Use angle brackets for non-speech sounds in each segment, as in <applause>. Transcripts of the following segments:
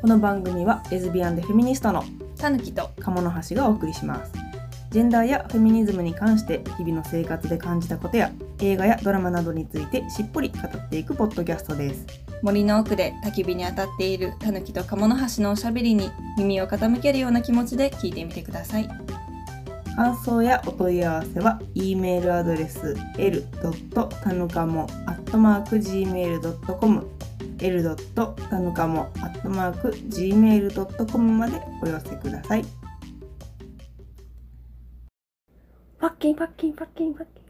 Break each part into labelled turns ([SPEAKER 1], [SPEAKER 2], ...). [SPEAKER 1] この番組はレズビアンでフェミニストの
[SPEAKER 2] たぬきと
[SPEAKER 1] 鴨の橋がお送りしますジェンダーやフェミニズムに関して日々の生活で感じたことや映画やドラマなどについてしっぽり語っていくポッドキャストです
[SPEAKER 2] 森の奥で焚き火に当たっているたぬきと鴨の橋のおしゃべりに耳を傾けるような気持ちで聞いてみてください
[SPEAKER 1] 感想やお問い合わせは e メールアドレス l. たぬかも @gmail.com l. たぬかも @gmail.com までお寄せください
[SPEAKER 3] パッキンパッキンパッキンパッキン。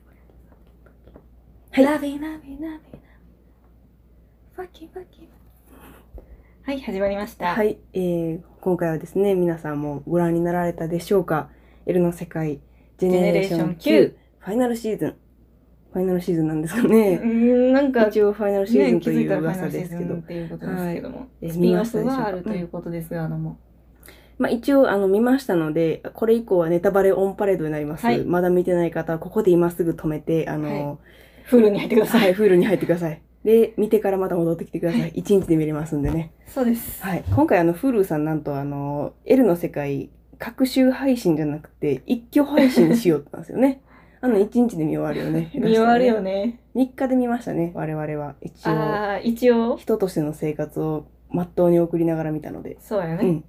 [SPEAKER 2] はい
[SPEAKER 3] ラビラビラビラビ。パッキンパッキン。
[SPEAKER 2] はい始まりました
[SPEAKER 1] はい、えー、今回はですね皆さんもご覧になられたでしょうか「L の世界ジェネレーション
[SPEAKER 2] ジェネレー
[SPEAKER 1] Q
[SPEAKER 2] ション9」
[SPEAKER 1] ファイナルシーズンファイナルシーズンなんですか
[SPEAKER 2] う
[SPEAKER 1] ね
[SPEAKER 2] んなんか
[SPEAKER 1] 一応ファイナルシーズン
[SPEAKER 2] ね、
[SPEAKER 1] と
[SPEAKER 2] 気
[SPEAKER 1] い
[SPEAKER 2] づいうたらファイナ
[SPEAKER 1] 噂
[SPEAKER 2] ルシ
[SPEAKER 1] で
[SPEAKER 2] ー
[SPEAKER 1] す
[SPEAKER 2] ズ
[SPEAKER 1] けど、
[SPEAKER 2] ンっていうことですけども、
[SPEAKER 1] えー
[SPEAKER 2] スピンオフ
[SPEAKER 1] 見ましたでしょう
[SPEAKER 2] が
[SPEAKER 1] か
[SPEAKER 2] あるということですが、あのも
[SPEAKER 1] まあ、一応あの見ましたのでこれ以降はネタバレオンパレードになります、
[SPEAKER 2] はい
[SPEAKER 1] まだ見てない方はここで今すぐ止めてあの、
[SPEAKER 2] うフルに入ってくだ
[SPEAKER 1] は
[SPEAKER 2] さ
[SPEAKER 1] い
[SPEAKER 2] い、
[SPEAKER 1] フールに入ってくださいで見てからまた戻ってきてくださ、
[SPEAKER 2] はい
[SPEAKER 1] 一1日で見れますんでね
[SPEAKER 2] そうです
[SPEAKER 1] はい、今回あの Hulu さんなんとあの L の世界各週配信じゃなくて一挙配信しようってなんですよ
[SPEAKER 2] <laughs>
[SPEAKER 1] ね。あの1日で見終わるよね。
[SPEAKER 2] 見終わるよ
[SPEAKER 1] ね。
[SPEAKER 2] ね
[SPEAKER 1] 3日で見ましたね我々は一応
[SPEAKER 2] ああ一応
[SPEAKER 1] 人としての生活をまっとうに送りながら見たので、
[SPEAKER 2] そうや
[SPEAKER 1] う
[SPEAKER 2] ね、
[SPEAKER 1] ん、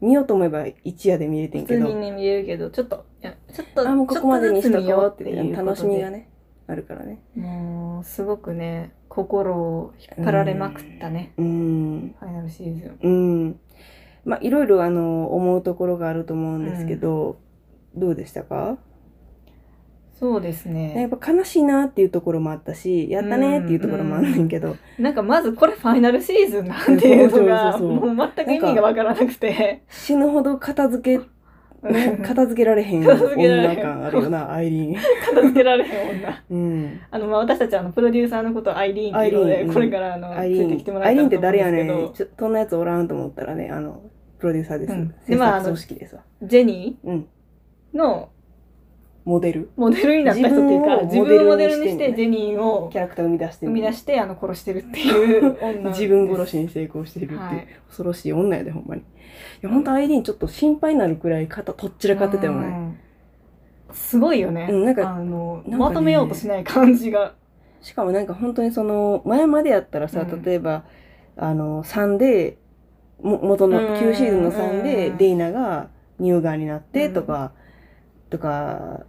[SPEAKER 1] 見ようと思えば一夜で見れてん
[SPEAKER 2] 普
[SPEAKER 1] け
[SPEAKER 2] 通
[SPEAKER 1] ど
[SPEAKER 2] にね見れるけどちょっといやちょっと
[SPEAKER 1] あもうここまでにしとこうって
[SPEAKER 2] ちょっとずつ見
[SPEAKER 1] いう楽しみ
[SPEAKER 2] よう
[SPEAKER 1] が
[SPEAKER 2] ね
[SPEAKER 1] ねあるからね。
[SPEAKER 2] もうすごくね心を引っ張られまくったね、
[SPEAKER 1] うん
[SPEAKER 2] ファイナルシーズ
[SPEAKER 1] う
[SPEAKER 2] ン
[SPEAKER 1] んまあいろいろあの思うところがあると思うんですけど、どうでしたか
[SPEAKER 2] そうです
[SPEAKER 1] やっ
[SPEAKER 2] ね。
[SPEAKER 1] ぱ悲しいなっていうところもあったし、やったねっていうところもあんねんけど、
[SPEAKER 2] なんかまずこれファイナルシーズンなんていうのが
[SPEAKER 1] そうそうそうそう
[SPEAKER 2] もう全く意味がわからなくて。
[SPEAKER 1] 死ぬほど片付け、
[SPEAKER 2] <laughs>
[SPEAKER 1] ね
[SPEAKER 2] うん
[SPEAKER 1] 片付けられへん
[SPEAKER 2] 片付けられ
[SPEAKER 1] 女
[SPEAKER 2] へん
[SPEAKER 1] 感あるよな、アイリーン。
[SPEAKER 2] 片付けられへん女。
[SPEAKER 1] うん。
[SPEAKER 2] あの、まあ、私たちあの、プロデューサーのことをアイリーンっていうの
[SPEAKER 1] アイリーン
[SPEAKER 2] で、
[SPEAKER 1] うん
[SPEAKER 2] これからあの、
[SPEAKER 1] アイ
[SPEAKER 2] つ
[SPEAKER 1] リ
[SPEAKER 2] い
[SPEAKER 1] ー
[SPEAKER 2] てきても
[SPEAKER 1] ン、
[SPEAKER 2] ら
[SPEAKER 1] ア
[SPEAKER 2] っ
[SPEAKER 1] イ
[SPEAKER 2] た
[SPEAKER 1] リー
[SPEAKER 2] ら
[SPEAKER 1] ンっ
[SPEAKER 2] と
[SPEAKER 1] て
[SPEAKER 2] 思うん
[SPEAKER 1] 誰
[SPEAKER 2] で
[SPEAKER 1] やね
[SPEAKER 2] すけど、
[SPEAKER 1] ん。ちょそんなやつおらんと思ったらね、あの、プロデューサーです。
[SPEAKER 2] うん
[SPEAKER 1] 制
[SPEAKER 2] でまああ
[SPEAKER 1] 作組
[SPEAKER 2] の
[SPEAKER 1] 織ですわ。
[SPEAKER 2] ジェニ
[SPEAKER 1] うん。
[SPEAKER 2] ーの
[SPEAKER 1] モデル。
[SPEAKER 2] モデルになった人っていうか、
[SPEAKER 1] 自分
[SPEAKER 2] 自
[SPEAKER 1] を
[SPEAKER 2] 分をモデルに
[SPEAKER 1] モデルに
[SPEAKER 2] し
[SPEAKER 1] してんの
[SPEAKER 2] て
[SPEAKER 1] ね
[SPEAKER 2] ジェニーを
[SPEAKER 1] キャラクターを生み出して
[SPEAKER 2] 生
[SPEAKER 1] る
[SPEAKER 2] み出して、あの、殺してるっていう
[SPEAKER 1] <laughs>
[SPEAKER 2] 女。
[SPEAKER 1] 自分殺
[SPEAKER 2] し。
[SPEAKER 1] しに成功してるっていう、
[SPEAKER 2] はい
[SPEAKER 1] 恐ろしい女やで、ほんまに。いや、ほんとアイリーンちょっと心配になるくらい肩とっちらかってたよ
[SPEAKER 2] う
[SPEAKER 1] ね。
[SPEAKER 2] んすごいよね。
[SPEAKER 1] うんなんか
[SPEAKER 2] あの、
[SPEAKER 1] ね
[SPEAKER 2] まとめようとしない感じが。
[SPEAKER 1] しかもなんか本当にその前までやったらさ、
[SPEAKER 2] うん
[SPEAKER 1] 例えばあの3でも元
[SPEAKER 2] う
[SPEAKER 1] の
[SPEAKER 2] ん
[SPEAKER 1] 旧シーズンの3で
[SPEAKER 2] うん
[SPEAKER 1] デイナが乳がんになってとか、とか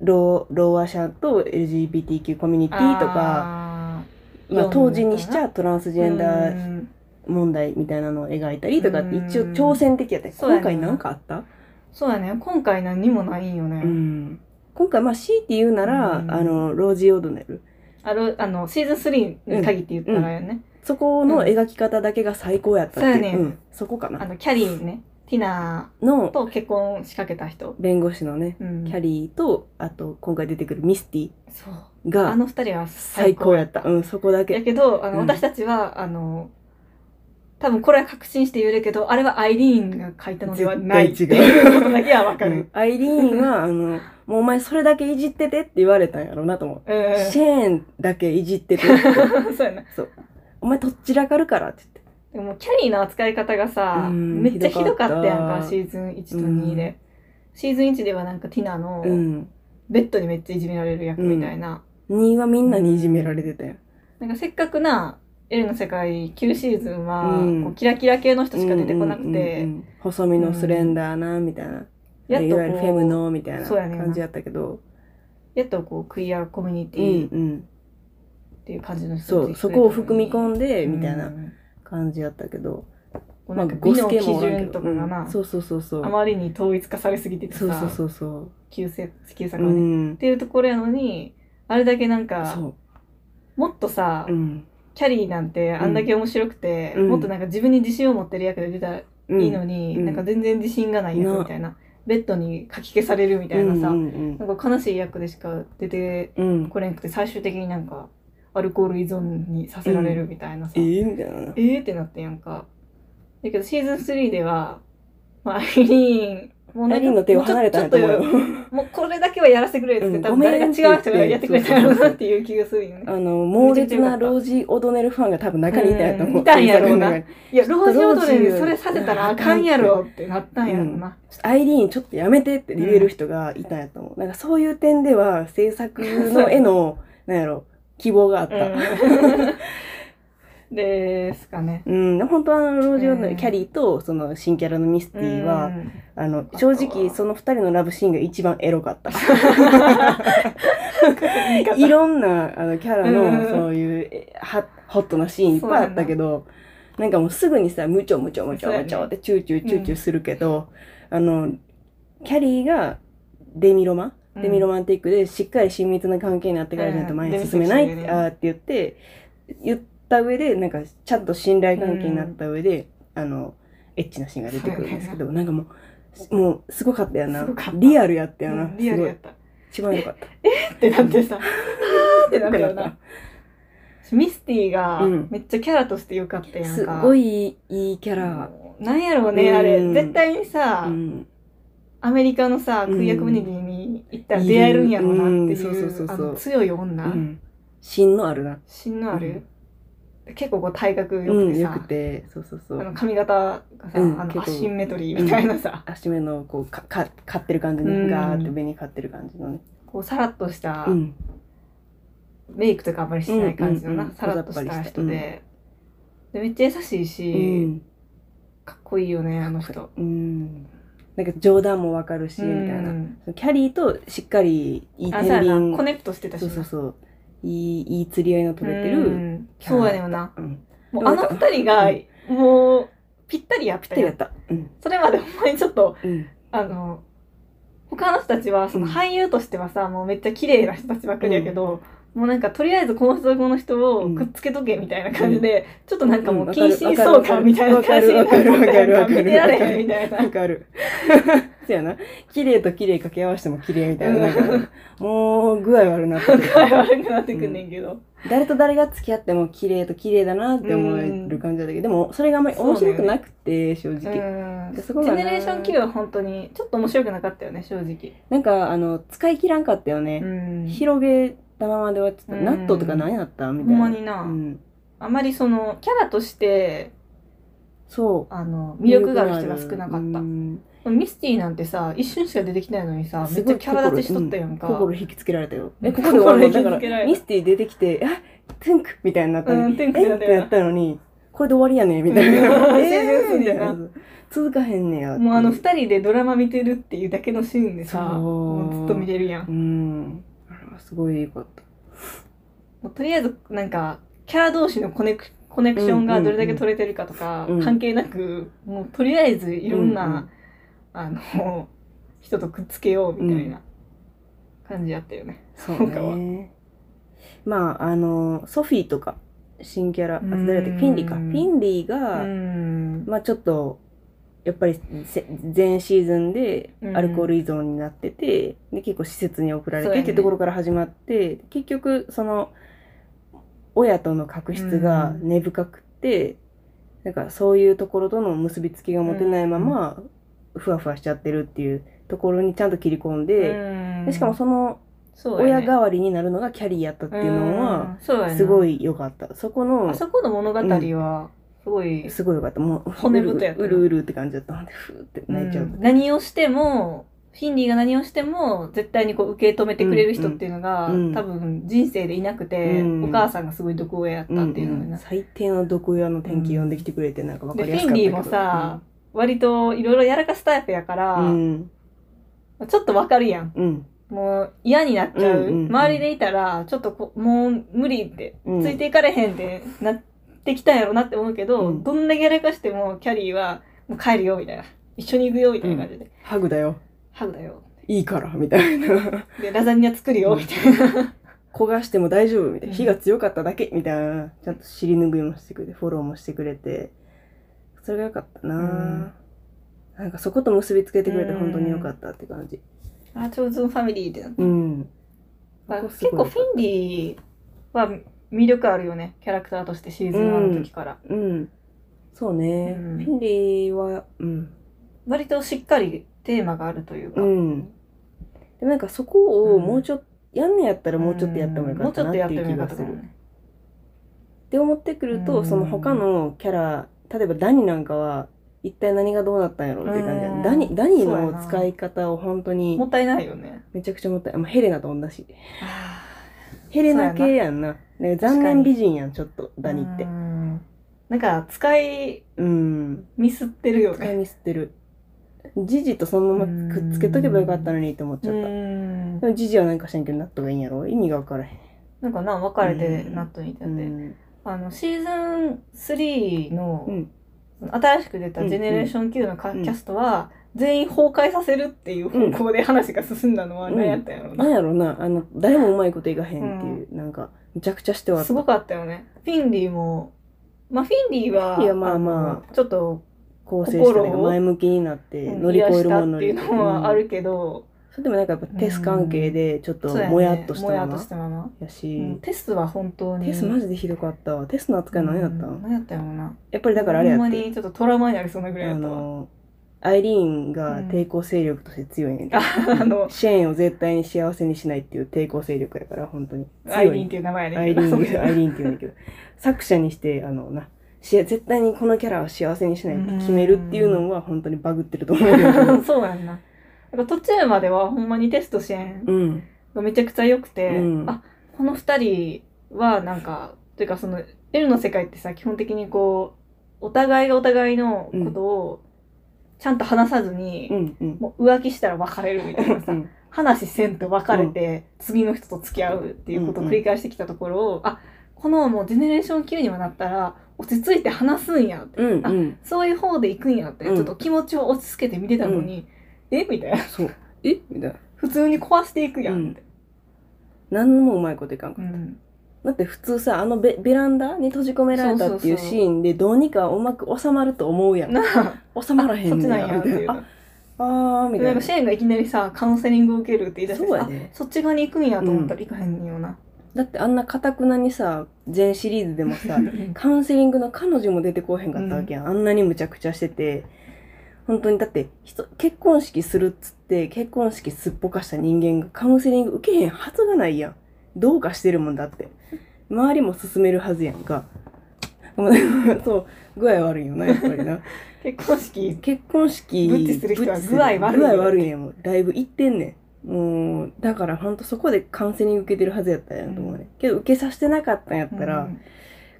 [SPEAKER 1] ローローアシャと LGBTQ コミュニティとか
[SPEAKER 2] あー
[SPEAKER 1] まあ、
[SPEAKER 2] 読んだ
[SPEAKER 1] 当時にしちゃトランスジェンダ
[SPEAKER 2] う
[SPEAKER 1] ー
[SPEAKER 2] ん
[SPEAKER 1] 問題みたいなのを描いたりとかって
[SPEAKER 2] うん
[SPEAKER 1] 一応挑戦的やったよ
[SPEAKER 2] そうや
[SPEAKER 1] 今回
[SPEAKER 2] ね
[SPEAKER 1] なんかあった、
[SPEAKER 2] そうやね今回何にもないよね、
[SPEAKER 1] うん今回まあ強いて言うなら、
[SPEAKER 2] うん
[SPEAKER 1] あのロージー・オドネル
[SPEAKER 2] あるあのシーズン3に限って言ったらよね、
[SPEAKER 1] そこの描き方だけが最高やったっていう、
[SPEAKER 2] そうやね
[SPEAKER 1] うんそこか
[SPEAKER 2] あ
[SPEAKER 1] な
[SPEAKER 2] のキャリーねティナ
[SPEAKER 1] の
[SPEAKER 2] ーと結婚しかけた人、
[SPEAKER 1] 弁護士のね、
[SPEAKER 2] うん、
[SPEAKER 1] キャリーと、あと今回出てくるミスティ
[SPEAKER 2] そうあ
[SPEAKER 1] が
[SPEAKER 2] の二人は
[SPEAKER 1] 最高やった。
[SPEAKER 2] や
[SPEAKER 1] うん、そこだけ。
[SPEAKER 2] けどあの、
[SPEAKER 1] うん
[SPEAKER 2] 私たちはあの多分これは確信して言えるけどあれはアイリーンが書いたのではないって
[SPEAKER 1] 絶対違う
[SPEAKER 2] いうことだけはわか
[SPEAKER 1] う
[SPEAKER 2] る
[SPEAKER 1] ん、アイリーン
[SPEAKER 2] <laughs>
[SPEAKER 1] は、あの、もうお前それだけいじっててって言われたんやろうなと思う。
[SPEAKER 2] う
[SPEAKER 1] <laughs>
[SPEAKER 2] ん
[SPEAKER 1] シ
[SPEAKER 2] そ
[SPEAKER 1] ェーンだけいじっててって。
[SPEAKER 2] <laughs> うやな
[SPEAKER 1] お前とっちらかるからって
[SPEAKER 2] でもキャリーの扱い方がさ、
[SPEAKER 1] うん
[SPEAKER 2] めっちゃひどかったや
[SPEAKER 1] ひどか
[SPEAKER 2] んか
[SPEAKER 1] った
[SPEAKER 2] シーズン1と2で、シーズン1ではなんかティナの
[SPEAKER 1] 言って。
[SPEAKER 2] ベッドにめっちゃいじめられる役みたいな、
[SPEAKER 1] うん。2はみんなにいじめられてたよ。
[SPEAKER 2] なんかせっかくなエルの世界9シーズンは、
[SPEAKER 1] うん
[SPEAKER 2] こうキラキラ系の人しか出てこなく
[SPEAKER 1] う
[SPEAKER 2] て、
[SPEAKER 1] んうんうんうん細身のスレンダーな、みたいな。
[SPEAKER 2] やっ
[SPEAKER 1] い
[SPEAKER 2] と
[SPEAKER 1] わゆるフェム
[SPEAKER 2] こ
[SPEAKER 1] の、みたいな
[SPEAKER 2] そうやねんな
[SPEAKER 1] 感じやったけど。
[SPEAKER 2] うやっとこうクイアコミュニテ
[SPEAKER 1] うん
[SPEAKER 2] ィっ
[SPEAKER 1] うん。
[SPEAKER 2] ていう感じの人
[SPEAKER 1] そう、そこを含み込んで、みたいな
[SPEAKER 2] な
[SPEAKER 1] 感じやったけど。
[SPEAKER 2] なんか美の基準とかが
[SPEAKER 1] う
[SPEAKER 2] な、
[SPEAKER 1] んそうそうそうそう。
[SPEAKER 2] あまりに統一化されすぎててさ
[SPEAKER 1] そうそうそうそう。
[SPEAKER 2] 急性急性
[SPEAKER 1] う
[SPEAKER 2] がね、っ
[SPEAKER 1] ん。
[SPEAKER 2] ていうところやのにあれだけなんか
[SPEAKER 1] そ
[SPEAKER 2] もっとさ、
[SPEAKER 1] う。うん。
[SPEAKER 2] キャリーなんてあんだけ面白くて、
[SPEAKER 1] うん
[SPEAKER 2] もっとなんか自分に自信を持ってる役で出たらいいのに、
[SPEAKER 1] うん
[SPEAKER 2] なんか全然自信がない役みたいな、ベッドにかき消されるみたいなさ、
[SPEAKER 1] うんうん
[SPEAKER 2] なんか悲しい役でしか出て
[SPEAKER 1] うんうん。
[SPEAKER 2] これなくて最終的になんかアルコール依存にさせられるみたいなさ、
[SPEAKER 1] え
[SPEAKER 2] え
[SPEAKER 1] ーみたいな。
[SPEAKER 2] ーってなってんやんかだけどシーズン3では、まあ、アイリーンもう
[SPEAKER 1] エリンの手を離れたん
[SPEAKER 2] ちょ
[SPEAKER 1] や
[SPEAKER 2] っと
[SPEAKER 1] と思うよ。
[SPEAKER 2] もうこれだけはやらせてくれるっつって、
[SPEAKER 1] うん
[SPEAKER 2] 多分誰か違う人がやってくれたんやろうなっていう気がするよね。
[SPEAKER 1] <laughs> あの、猛烈なロージー・オドネルファンが多分中にいたんや
[SPEAKER 2] <laughs>
[SPEAKER 1] と思う。
[SPEAKER 2] うんいたんやろうな
[SPEAKER 1] <laughs> その中に
[SPEAKER 2] いや、老人踊りにそれさせたらあかん
[SPEAKER 1] <laughs>
[SPEAKER 2] やろってなったんやろな。
[SPEAKER 1] アイリーンちょっとやめてって言える人がいたんやと思う。なんかそういう点では、制作
[SPEAKER 2] <laughs>
[SPEAKER 1] の絵の、なんやろ、希望があった。
[SPEAKER 2] うん <laughs> ですかね。
[SPEAKER 1] うん、本当はあのロージオの
[SPEAKER 2] うん
[SPEAKER 1] キャリーとその新キャラのミスティは、
[SPEAKER 2] うん
[SPEAKER 1] あの
[SPEAKER 2] と
[SPEAKER 1] 正
[SPEAKER 2] は
[SPEAKER 1] 直その2人のラブシーンが一番エロかった <laughs>
[SPEAKER 2] 方
[SPEAKER 1] いろんなあのキャラ
[SPEAKER 2] うん
[SPEAKER 1] のそういうえハホットなシーンいっぱいあったけどなんかもうすぐにさ「ムチョムチョムチョムチョ」ってチューチューチューチューするけど、あのキャリーがデミロマンデミロマンティックでしっかり親密な関係になってからじゃないと前に進めないって,、
[SPEAKER 2] うん
[SPEAKER 1] あーって言って言った上でなんかちゃんと信頼関係になった上で、あのエッチなシーンが出てくるんですけど、なんかもうもうすごかったよな
[SPEAKER 2] すごかった
[SPEAKER 1] リアルやった
[SPEAKER 2] う
[SPEAKER 1] よな、
[SPEAKER 2] んリアルやった。
[SPEAKER 1] すごい一番良かった
[SPEAKER 2] ってなって
[SPEAKER 1] <laughs>
[SPEAKER 2] さ、あーってなったよ
[SPEAKER 1] よかっ
[SPEAKER 2] な。 <laughs> ミスティが
[SPEAKER 1] うん
[SPEAKER 2] めっちゃキャラとして良かったや
[SPEAKER 1] た
[SPEAKER 2] んか。
[SPEAKER 1] すごいいいキャラ、
[SPEAKER 2] なんやろうね、あれ
[SPEAKER 1] うん
[SPEAKER 2] 絶対にさ、
[SPEAKER 1] うん
[SPEAKER 2] アメリカのさ
[SPEAKER 1] うん
[SPEAKER 2] クイアコミュニティに行ったら出会えるんやろうなっ
[SPEAKER 1] う
[SPEAKER 2] てい
[SPEAKER 1] んそうそうそううそう
[SPEAKER 2] あの強い女、
[SPEAKER 1] うん芯のあるな
[SPEAKER 2] 芯のある、結構こう体格良
[SPEAKER 1] う
[SPEAKER 2] く
[SPEAKER 1] ん
[SPEAKER 2] て
[SPEAKER 1] よ
[SPEAKER 2] さ
[SPEAKER 1] く、てそうそうそ
[SPEAKER 2] あの
[SPEAKER 1] う
[SPEAKER 2] 髪型がさ、
[SPEAKER 1] うん
[SPEAKER 2] あ
[SPEAKER 1] 結構
[SPEAKER 2] のアシンメトリーみたいなさ、
[SPEAKER 1] 足目のこうかか買ってる感じ
[SPEAKER 2] うん
[SPEAKER 1] のガーって上に買ってる感じのね、
[SPEAKER 2] こうさらっとした、
[SPEAKER 1] うん、
[SPEAKER 2] メイクとかあんまりしてない感じのな、
[SPEAKER 1] うんうんうん
[SPEAKER 2] さらっとした人
[SPEAKER 1] うん
[SPEAKER 2] で,、でめっちゃ優しいし、
[SPEAKER 1] うん
[SPEAKER 2] かっこいいよねあの人。
[SPEAKER 1] うん、なんか冗談もわかるし、みたいな。
[SPEAKER 2] な
[SPEAKER 1] キャリーとしっかりいい
[SPEAKER 2] あそうや
[SPEAKER 1] 天
[SPEAKER 2] な
[SPEAKER 1] 秤
[SPEAKER 2] コネクトしてたし
[SPEAKER 1] そう
[SPEAKER 2] な
[SPEAKER 1] そうそういいいい釣り合いの取れて
[SPEAKER 2] う
[SPEAKER 1] る、
[SPEAKER 2] んそうやねんな
[SPEAKER 1] うん、
[SPEAKER 2] もうあの二人がもうぴったりやった
[SPEAKER 1] 手
[SPEAKER 2] や
[SPEAKER 1] や
[SPEAKER 2] ん
[SPEAKER 1] った、うん
[SPEAKER 2] それまでほんまにちょっと、 <laughs>
[SPEAKER 1] うん、
[SPEAKER 2] あの、他の人たちは、その
[SPEAKER 1] うん
[SPEAKER 2] 俳優としてはさ、もうめっちゃ綺麗な人たちばっかりやけど、もうなんかとりあえずこの人とこの人を
[SPEAKER 1] うん
[SPEAKER 2] くっつけとけみたいな感じで、ちょっとなんかもう
[SPEAKER 1] うん
[SPEAKER 2] 近親相関みたいな感じになって
[SPEAKER 1] わかるわかるわかるわかる
[SPEAKER 2] 見てられへんみたいな
[SPEAKER 1] な。んかあるそうやな綺麗と綺麗掛け合わせても綺麗みたいななんか
[SPEAKER 2] う
[SPEAKER 1] もう具合悪なってる
[SPEAKER 2] 具合悪くなってくんねんけど。
[SPEAKER 1] 誰と誰が付き合っても綺麗と綺麗だなって思える感じだけど、でもそれがあんまり面白くなくて、正
[SPEAKER 2] う
[SPEAKER 1] 直、
[SPEAKER 2] ん。ジ
[SPEAKER 1] すごいな
[SPEAKER 2] ェネレーション Q は本当にちょっと面白くなかったよね、正直。
[SPEAKER 1] なんかあの使い切らんかったよね、
[SPEAKER 2] うん。
[SPEAKER 1] 広げたままで終わってた、
[SPEAKER 2] うん
[SPEAKER 1] 納豆とか何やったみ
[SPEAKER 2] ほ
[SPEAKER 1] たいな。
[SPEAKER 2] んまにな、
[SPEAKER 1] うん、
[SPEAKER 2] あまりそのキャラとして
[SPEAKER 1] そ
[SPEAKER 2] あの
[SPEAKER 1] う
[SPEAKER 2] 魅力がある人が少なか
[SPEAKER 1] う
[SPEAKER 2] った。
[SPEAKER 1] ん
[SPEAKER 2] ミスティなんてさ一瞬しか出てきないのにさめ
[SPEAKER 1] す
[SPEAKER 2] っち
[SPEAKER 1] ごい
[SPEAKER 2] ゃキャラ立ちしとったやんか、
[SPEAKER 1] 心引きつけられたよ
[SPEAKER 2] うん
[SPEAKER 1] えここで終わるのだ
[SPEAKER 2] 心
[SPEAKER 1] か
[SPEAKER 2] 引きつけられ
[SPEAKER 1] ら
[SPEAKER 2] た
[SPEAKER 1] ミスティ出てきて「あトゥンク」みたいになったの
[SPEAKER 2] う
[SPEAKER 1] に
[SPEAKER 2] んトゥンク
[SPEAKER 1] え
[SPEAKER 2] だ
[SPEAKER 1] っ
[SPEAKER 2] っ
[SPEAKER 1] て
[SPEAKER 2] たたよな
[SPEAKER 1] やったのにこれで終わりやねみたい
[SPEAKER 2] うん
[SPEAKER 1] な
[SPEAKER 2] <laughs> そう
[SPEAKER 1] み
[SPEAKER 2] そ
[SPEAKER 1] た
[SPEAKER 2] う
[SPEAKER 1] いな続かへんねやってい
[SPEAKER 2] もうあの二人でドラマ見てるっていうだけのシーンでさ
[SPEAKER 1] そう
[SPEAKER 2] もうずっと見れるやん
[SPEAKER 1] うんあれはすごい良かった
[SPEAKER 2] もうとりあえずなんかキャラ同士のコネクコネクションがどれだけ取れてるかとか、
[SPEAKER 1] うんうん
[SPEAKER 2] 関係なくもうとりあえずいろんな、
[SPEAKER 1] うんうん
[SPEAKER 2] あの人とくっつけようみたいな感じやったよね、
[SPEAKER 1] そう
[SPEAKER 2] 他は
[SPEAKER 1] ねまああのソフィーとか新キャラあと誰だっ
[SPEAKER 2] う
[SPEAKER 1] け
[SPEAKER 2] ん
[SPEAKER 1] フィンリーかフィンリー
[SPEAKER 2] う
[SPEAKER 1] が、
[SPEAKER 2] ん
[SPEAKER 1] まあちょっとやっぱりせ前シーズンで
[SPEAKER 2] うん
[SPEAKER 1] アルコール依存になってて、で結構施設に送られ
[SPEAKER 2] そう
[SPEAKER 1] てっ
[SPEAKER 2] やね
[SPEAKER 1] ていうところから始まって、結局その親との確執が根深くて、なんかそういうところとの結びつきが持てないまま、ふわふわしちゃってるっていうところにちゃんと切り込んで,、
[SPEAKER 2] うん
[SPEAKER 1] でしかもその
[SPEAKER 2] そうや
[SPEAKER 1] 親
[SPEAKER 2] ね
[SPEAKER 1] 代わりになるのがキャリーやったっていうのは
[SPEAKER 2] うんそうやな
[SPEAKER 1] すごい良かった。そこの
[SPEAKER 2] あそこの物語はすごい、
[SPEAKER 1] すごいよかった。もう、
[SPEAKER 2] 骨太やった
[SPEAKER 1] うるうるうるって感じだったので、ふーって泣いちゃう。
[SPEAKER 2] ん何をしてもフィンリーが何をしても絶対にこう受け止めてくれる人っていうのが、
[SPEAKER 1] うんうん
[SPEAKER 2] 多分人生でいなくて、
[SPEAKER 1] うん
[SPEAKER 2] お母さんがすごい毒親やったっていうのがな、
[SPEAKER 1] んん最低の毒親の天気読んできてくれて、なんかわかり
[SPEAKER 2] でフ
[SPEAKER 1] やす
[SPEAKER 2] ィ
[SPEAKER 1] かっ
[SPEAKER 2] ン
[SPEAKER 1] た
[SPEAKER 2] リ
[SPEAKER 1] け
[SPEAKER 2] ー
[SPEAKER 1] ど。
[SPEAKER 2] もさ、割といろいろやらかすタイプやから、
[SPEAKER 1] うん、うん、
[SPEAKER 2] ちょっとわかるやん
[SPEAKER 1] うん、
[SPEAKER 2] もう嫌になっちゃう、
[SPEAKER 1] うんうんうん
[SPEAKER 2] 周りでいたらちょっとこもう無理って、
[SPEAKER 1] うん
[SPEAKER 2] ついていかれへんってなってきたんやろなって思うけど、
[SPEAKER 1] うん
[SPEAKER 2] どんだけやらかしてもキャリーはもう帰るよみたいな一緒に行くよみたいな感じで、
[SPEAKER 1] ハグだよ。
[SPEAKER 2] ハグだよ
[SPEAKER 1] いいから、みたいな。
[SPEAKER 2] でラザニア作るよみたいな。
[SPEAKER 1] 焦がしても大丈夫、みたいな。
[SPEAKER 2] うん
[SPEAKER 1] 火が強かっただけ、みたいな。ちゃんと尻拭いもしてくれて、フォローもしてくれて。それが良かったな、
[SPEAKER 2] うん
[SPEAKER 1] なんかそこと結びつけてくれて
[SPEAKER 2] うん
[SPEAKER 1] 本当に良かったって感じ。
[SPEAKER 2] あ、チョーズンファミリーってなった
[SPEAKER 1] うん。
[SPEAKER 2] まあ
[SPEAKER 1] ここす
[SPEAKER 2] 結
[SPEAKER 1] ごい
[SPEAKER 2] 構フィンリーは魅力あるよね。キャラクターとしてシーズン1の時から。
[SPEAKER 1] うん。そうね。
[SPEAKER 2] うん
[SPEAKER 1] フィンリーは、うん。
[SPEAKER 2] 割としっかりテーマがあるというか、
[SPEAKER 1] うん。でもなんかそこをもうちょっと、やんねやったらもうちょっとやってもよかったなっていう気がする。
[SPEAKER 2] もうちょっとやってもよかったかも
[SPEAKER 1] っ
[SPEAKER 2] ね
[SPEAKER 1] て思ってくると、
[SPEAKER 2] うん
[SPEAKER 1] その他のキャラ、例えばダニなんかは、一体何がどうなったんやろうっていう感じだね
[SPEAKER 2] うん
[SPEAKER 1] ダニ、ダニ
[SPEAKER 2] そうや
[SPEAKER 1] の
[SPEAKER 2] な
[SPEAKER 1] 使い方を本当に
[SPEAKER 2] も、ったいないよね
[SPEAKER 1] めちゃくちゃもったい、まあ、ヘレナと同じ。ヘレナ系やんな。なんか残念美人やん、ちょっと、ダニって
[SPEAKER 2] う。んなんか使い
[SPEAKER 1] うん。
[SPEAKER 2] ミスってるよ
[SPEAKER 1] 使い
[SPEAKER 2] ね
[SPEAKER 1] ミスってる。ジジとそのままくっつけとけばよかったのにって思っちゃった。
[SPEAKER 2] うん
[SPEAKER 1] でもジジはなんかしなきゃナットがいいんやろ意味がわからへん。
[SPEAKER 2] なんかな別れてナットにいてて、
[SPEAKER 1] うん
[SPEAKER 2] あのシーズン3の,、
[SPEAKER 1] うん
[SPEAKER 2] 新しく出た「ジェネレーション q のカ
[SPEAKER 1] うん
[SPEAKER 2] キャストは全員崩壊させるっていう方向で話が進んだのは
[SPEAKER 1] うん
[SPEAKER 2] 何やったんやろうな
[SPEAKER 1] なん、やろな、あの、誰もうまいこといかへんっていう、なんか、むちゃくちゃしては
[SPEAKER 2] すごかったよねフィンリーもまあフィンリーは
[SPEAKER 1] フィンリーはまあま
[SPEAKER 2] のちょっと
[SPEAKER 1] 構成したり
[SPEAKER 2] 心を
[SPEAKER 1] 前向きになって乗り越えるものに。
[SPEAKER 2] 癒やしたっていうのはあ
[SPEAKER 1] うん
[SPEAKER 2] るけど、
[SPEAKER 1] それでもなんかやっぱテス関係で、ちょっと
[SPEAKER 2] そうやね
[SPEAKER 1] もやっとした
[SPEAKER 2] もや
[SPEAKER 1] ま
[SPEAKER 2] っと
[SPEAKER 1] ま
[SPEAKER 2] したまま、
[SPEAKER 1] やし、
[SPEAKER 2] うんテスは本当に
[SPEAKER 1] テスマジでひどかったわ。テスの扱い何やった
[SPEAKER 2] うん
[SPEAKER 1] ん
[SPEAKER 2] 何やったんやろうな
[SPEAKER 1] やっぱりだからあれや
[SPEAKER 2] ほ
[SPEAKER 1] っ
[SPEAKER 2] んま
[SPEAKER 1] て、
[SPEAKER 2] にちょっとトラウマになりそうなぐらい
[SPEAKER 1] あ
[SPEAKER 2] やったわ
[SPEAKER 1] の、アイリーンが抵抗勢力として強いねんて。
[SPEAKER 2] <laughs> あの
[SPEAKER 1] シェーンを絶対に幸せにしないっていう抵抗勢力やから、本当に。
[SPEAKER 2] アイリーンっ
[SPEAKER 1] ン
[SPEAKER 2] ていう名前や
[SPEAKER 1] ア
[SPEAKER 2] ね
[SPEAKER 1] イ
[SPEAKER 2] ん
[SPEAKER 1] リ
[SPEAKER 2] けど
[SPEAKER 1] ーン、アイリーンって言うんだけど、作者にして、あのな、し絶対にこのキャラは幸せにしないって決めるっていうのは本当にバグってると思うけ
[SPEAKER 2] <laughs>
[SPEAKER 1] ど。
[SPEAKER 2] そうやんな。なんか途中まではほんまにテスト支援
[SPEAKER 1] うん。
[SPEAKER 2] がめちゃくちゃ良くて、
[SPEAKER 1] うん
[SPEAKER 2] あこの二人はなんかというかその L の世界ってさ基本的にこうお互いがお互いのことをちゃんと話さずに、
[SPEAKER 1] うん。うん。
[SPEAKER 2] もう浮気したら別れるみたいなさ、
[SPEAKER 1] うん
[SPEAKER 2] 話せんと別れて、次の人と付き合うっていうことを繰り返してきたところを、あこのもうジェネレーション級にはなったら落ち着いて話すんやって、
[SPEAKER 1] うん。
[SPEAKER 2] あ
[SPEAKER 1] うん。
[SPEAKER 2] そういう方で行くんやって、
[SPEAKER 1] うん
[SPEAKER 2] ちょっと気持ちを落ち着けて見てたのに、えみたいな。
[SPEAKER 1] そう。えみたいな。
[SPEAKER 2] 普通に壊していくや
[SPEAKER 1] うん
[SPEAKER 2] っ
[SPEAKER 1] ん
[SPEAKER 2] て。
[SPEAKER 1] 何もうまいこといかんか
[SPEAKER 2] う
[SPEAKER 1] った。
[SPEAKER 2] ん
[SPEAKER 1] だって普通さ、あのベベランダに閉じ込められたっていう
[SPEAKER 2] そうそうそう
[SPEAKER 1] シーンでどうにかうまく収まると思うやん。
[SPEAKER 2] なあ、
[SPEAKER 1] 収まらへ
[SPEAKER 2] そっ
[SPEAKER 1] ん
[SPEAKER 2] ち
[SPEAKER 1] ね
[SPEAKER 2] なん
[SPEAKER 1] や。
[SPEAKER 2] やってい
[SPEAKER 1] み
[SPEAKER 2] う
[SPEAKER 1] たいな
[SPEAKER 2] の。
[SPEAKER 1] ああー、みた
[SPEAKER 2] ないん
[SPEAKER 1] な
[SPEAKER 2] か。シェーンがいきなりさ、カウンセリングを受けるって言い出して
[SPEAKER 1] そうや
[SPEAKER 2] あ
[SPEAKER 1] で
[SPEAKER 2] そっち側に行くんやと思ったら行かへんよな。
[SPEAKER 1] だってあんなかたくなにさ、全シリーズでもさ、
[SPEAKER 2] うん
[SPEAKER 1] カウンセリングの彼女も出てこうへんかったわけやん。あんなにむちゃくちゃしてて。本当にだって人、結婚式するっつって、結婚式すっぽかした人間がカウンセリング受けへんはずがないやん。どうかしてるもんだって。周りも進めるはずやんか。 <laughs> もうそう、具合悪いよな、やっぱり
[SPEAKER 2] <laughs>
[SPEAKER 1] な。
[SPEAKER 2] 結婚式、
[SPEAKER 1] 結婚式、
[SPEAKER 2] ブッチする人は
[SPEAKER 1] ブッチ
[SPEAKER 2] 具合悪いよ
[SPEAKER 1] 具合悪いねんもうだいぶいってんねん。もう、だからほんとそこでカウンセリング受けてるはずやったんやと思うね。けど受けさせてなかったんやったら、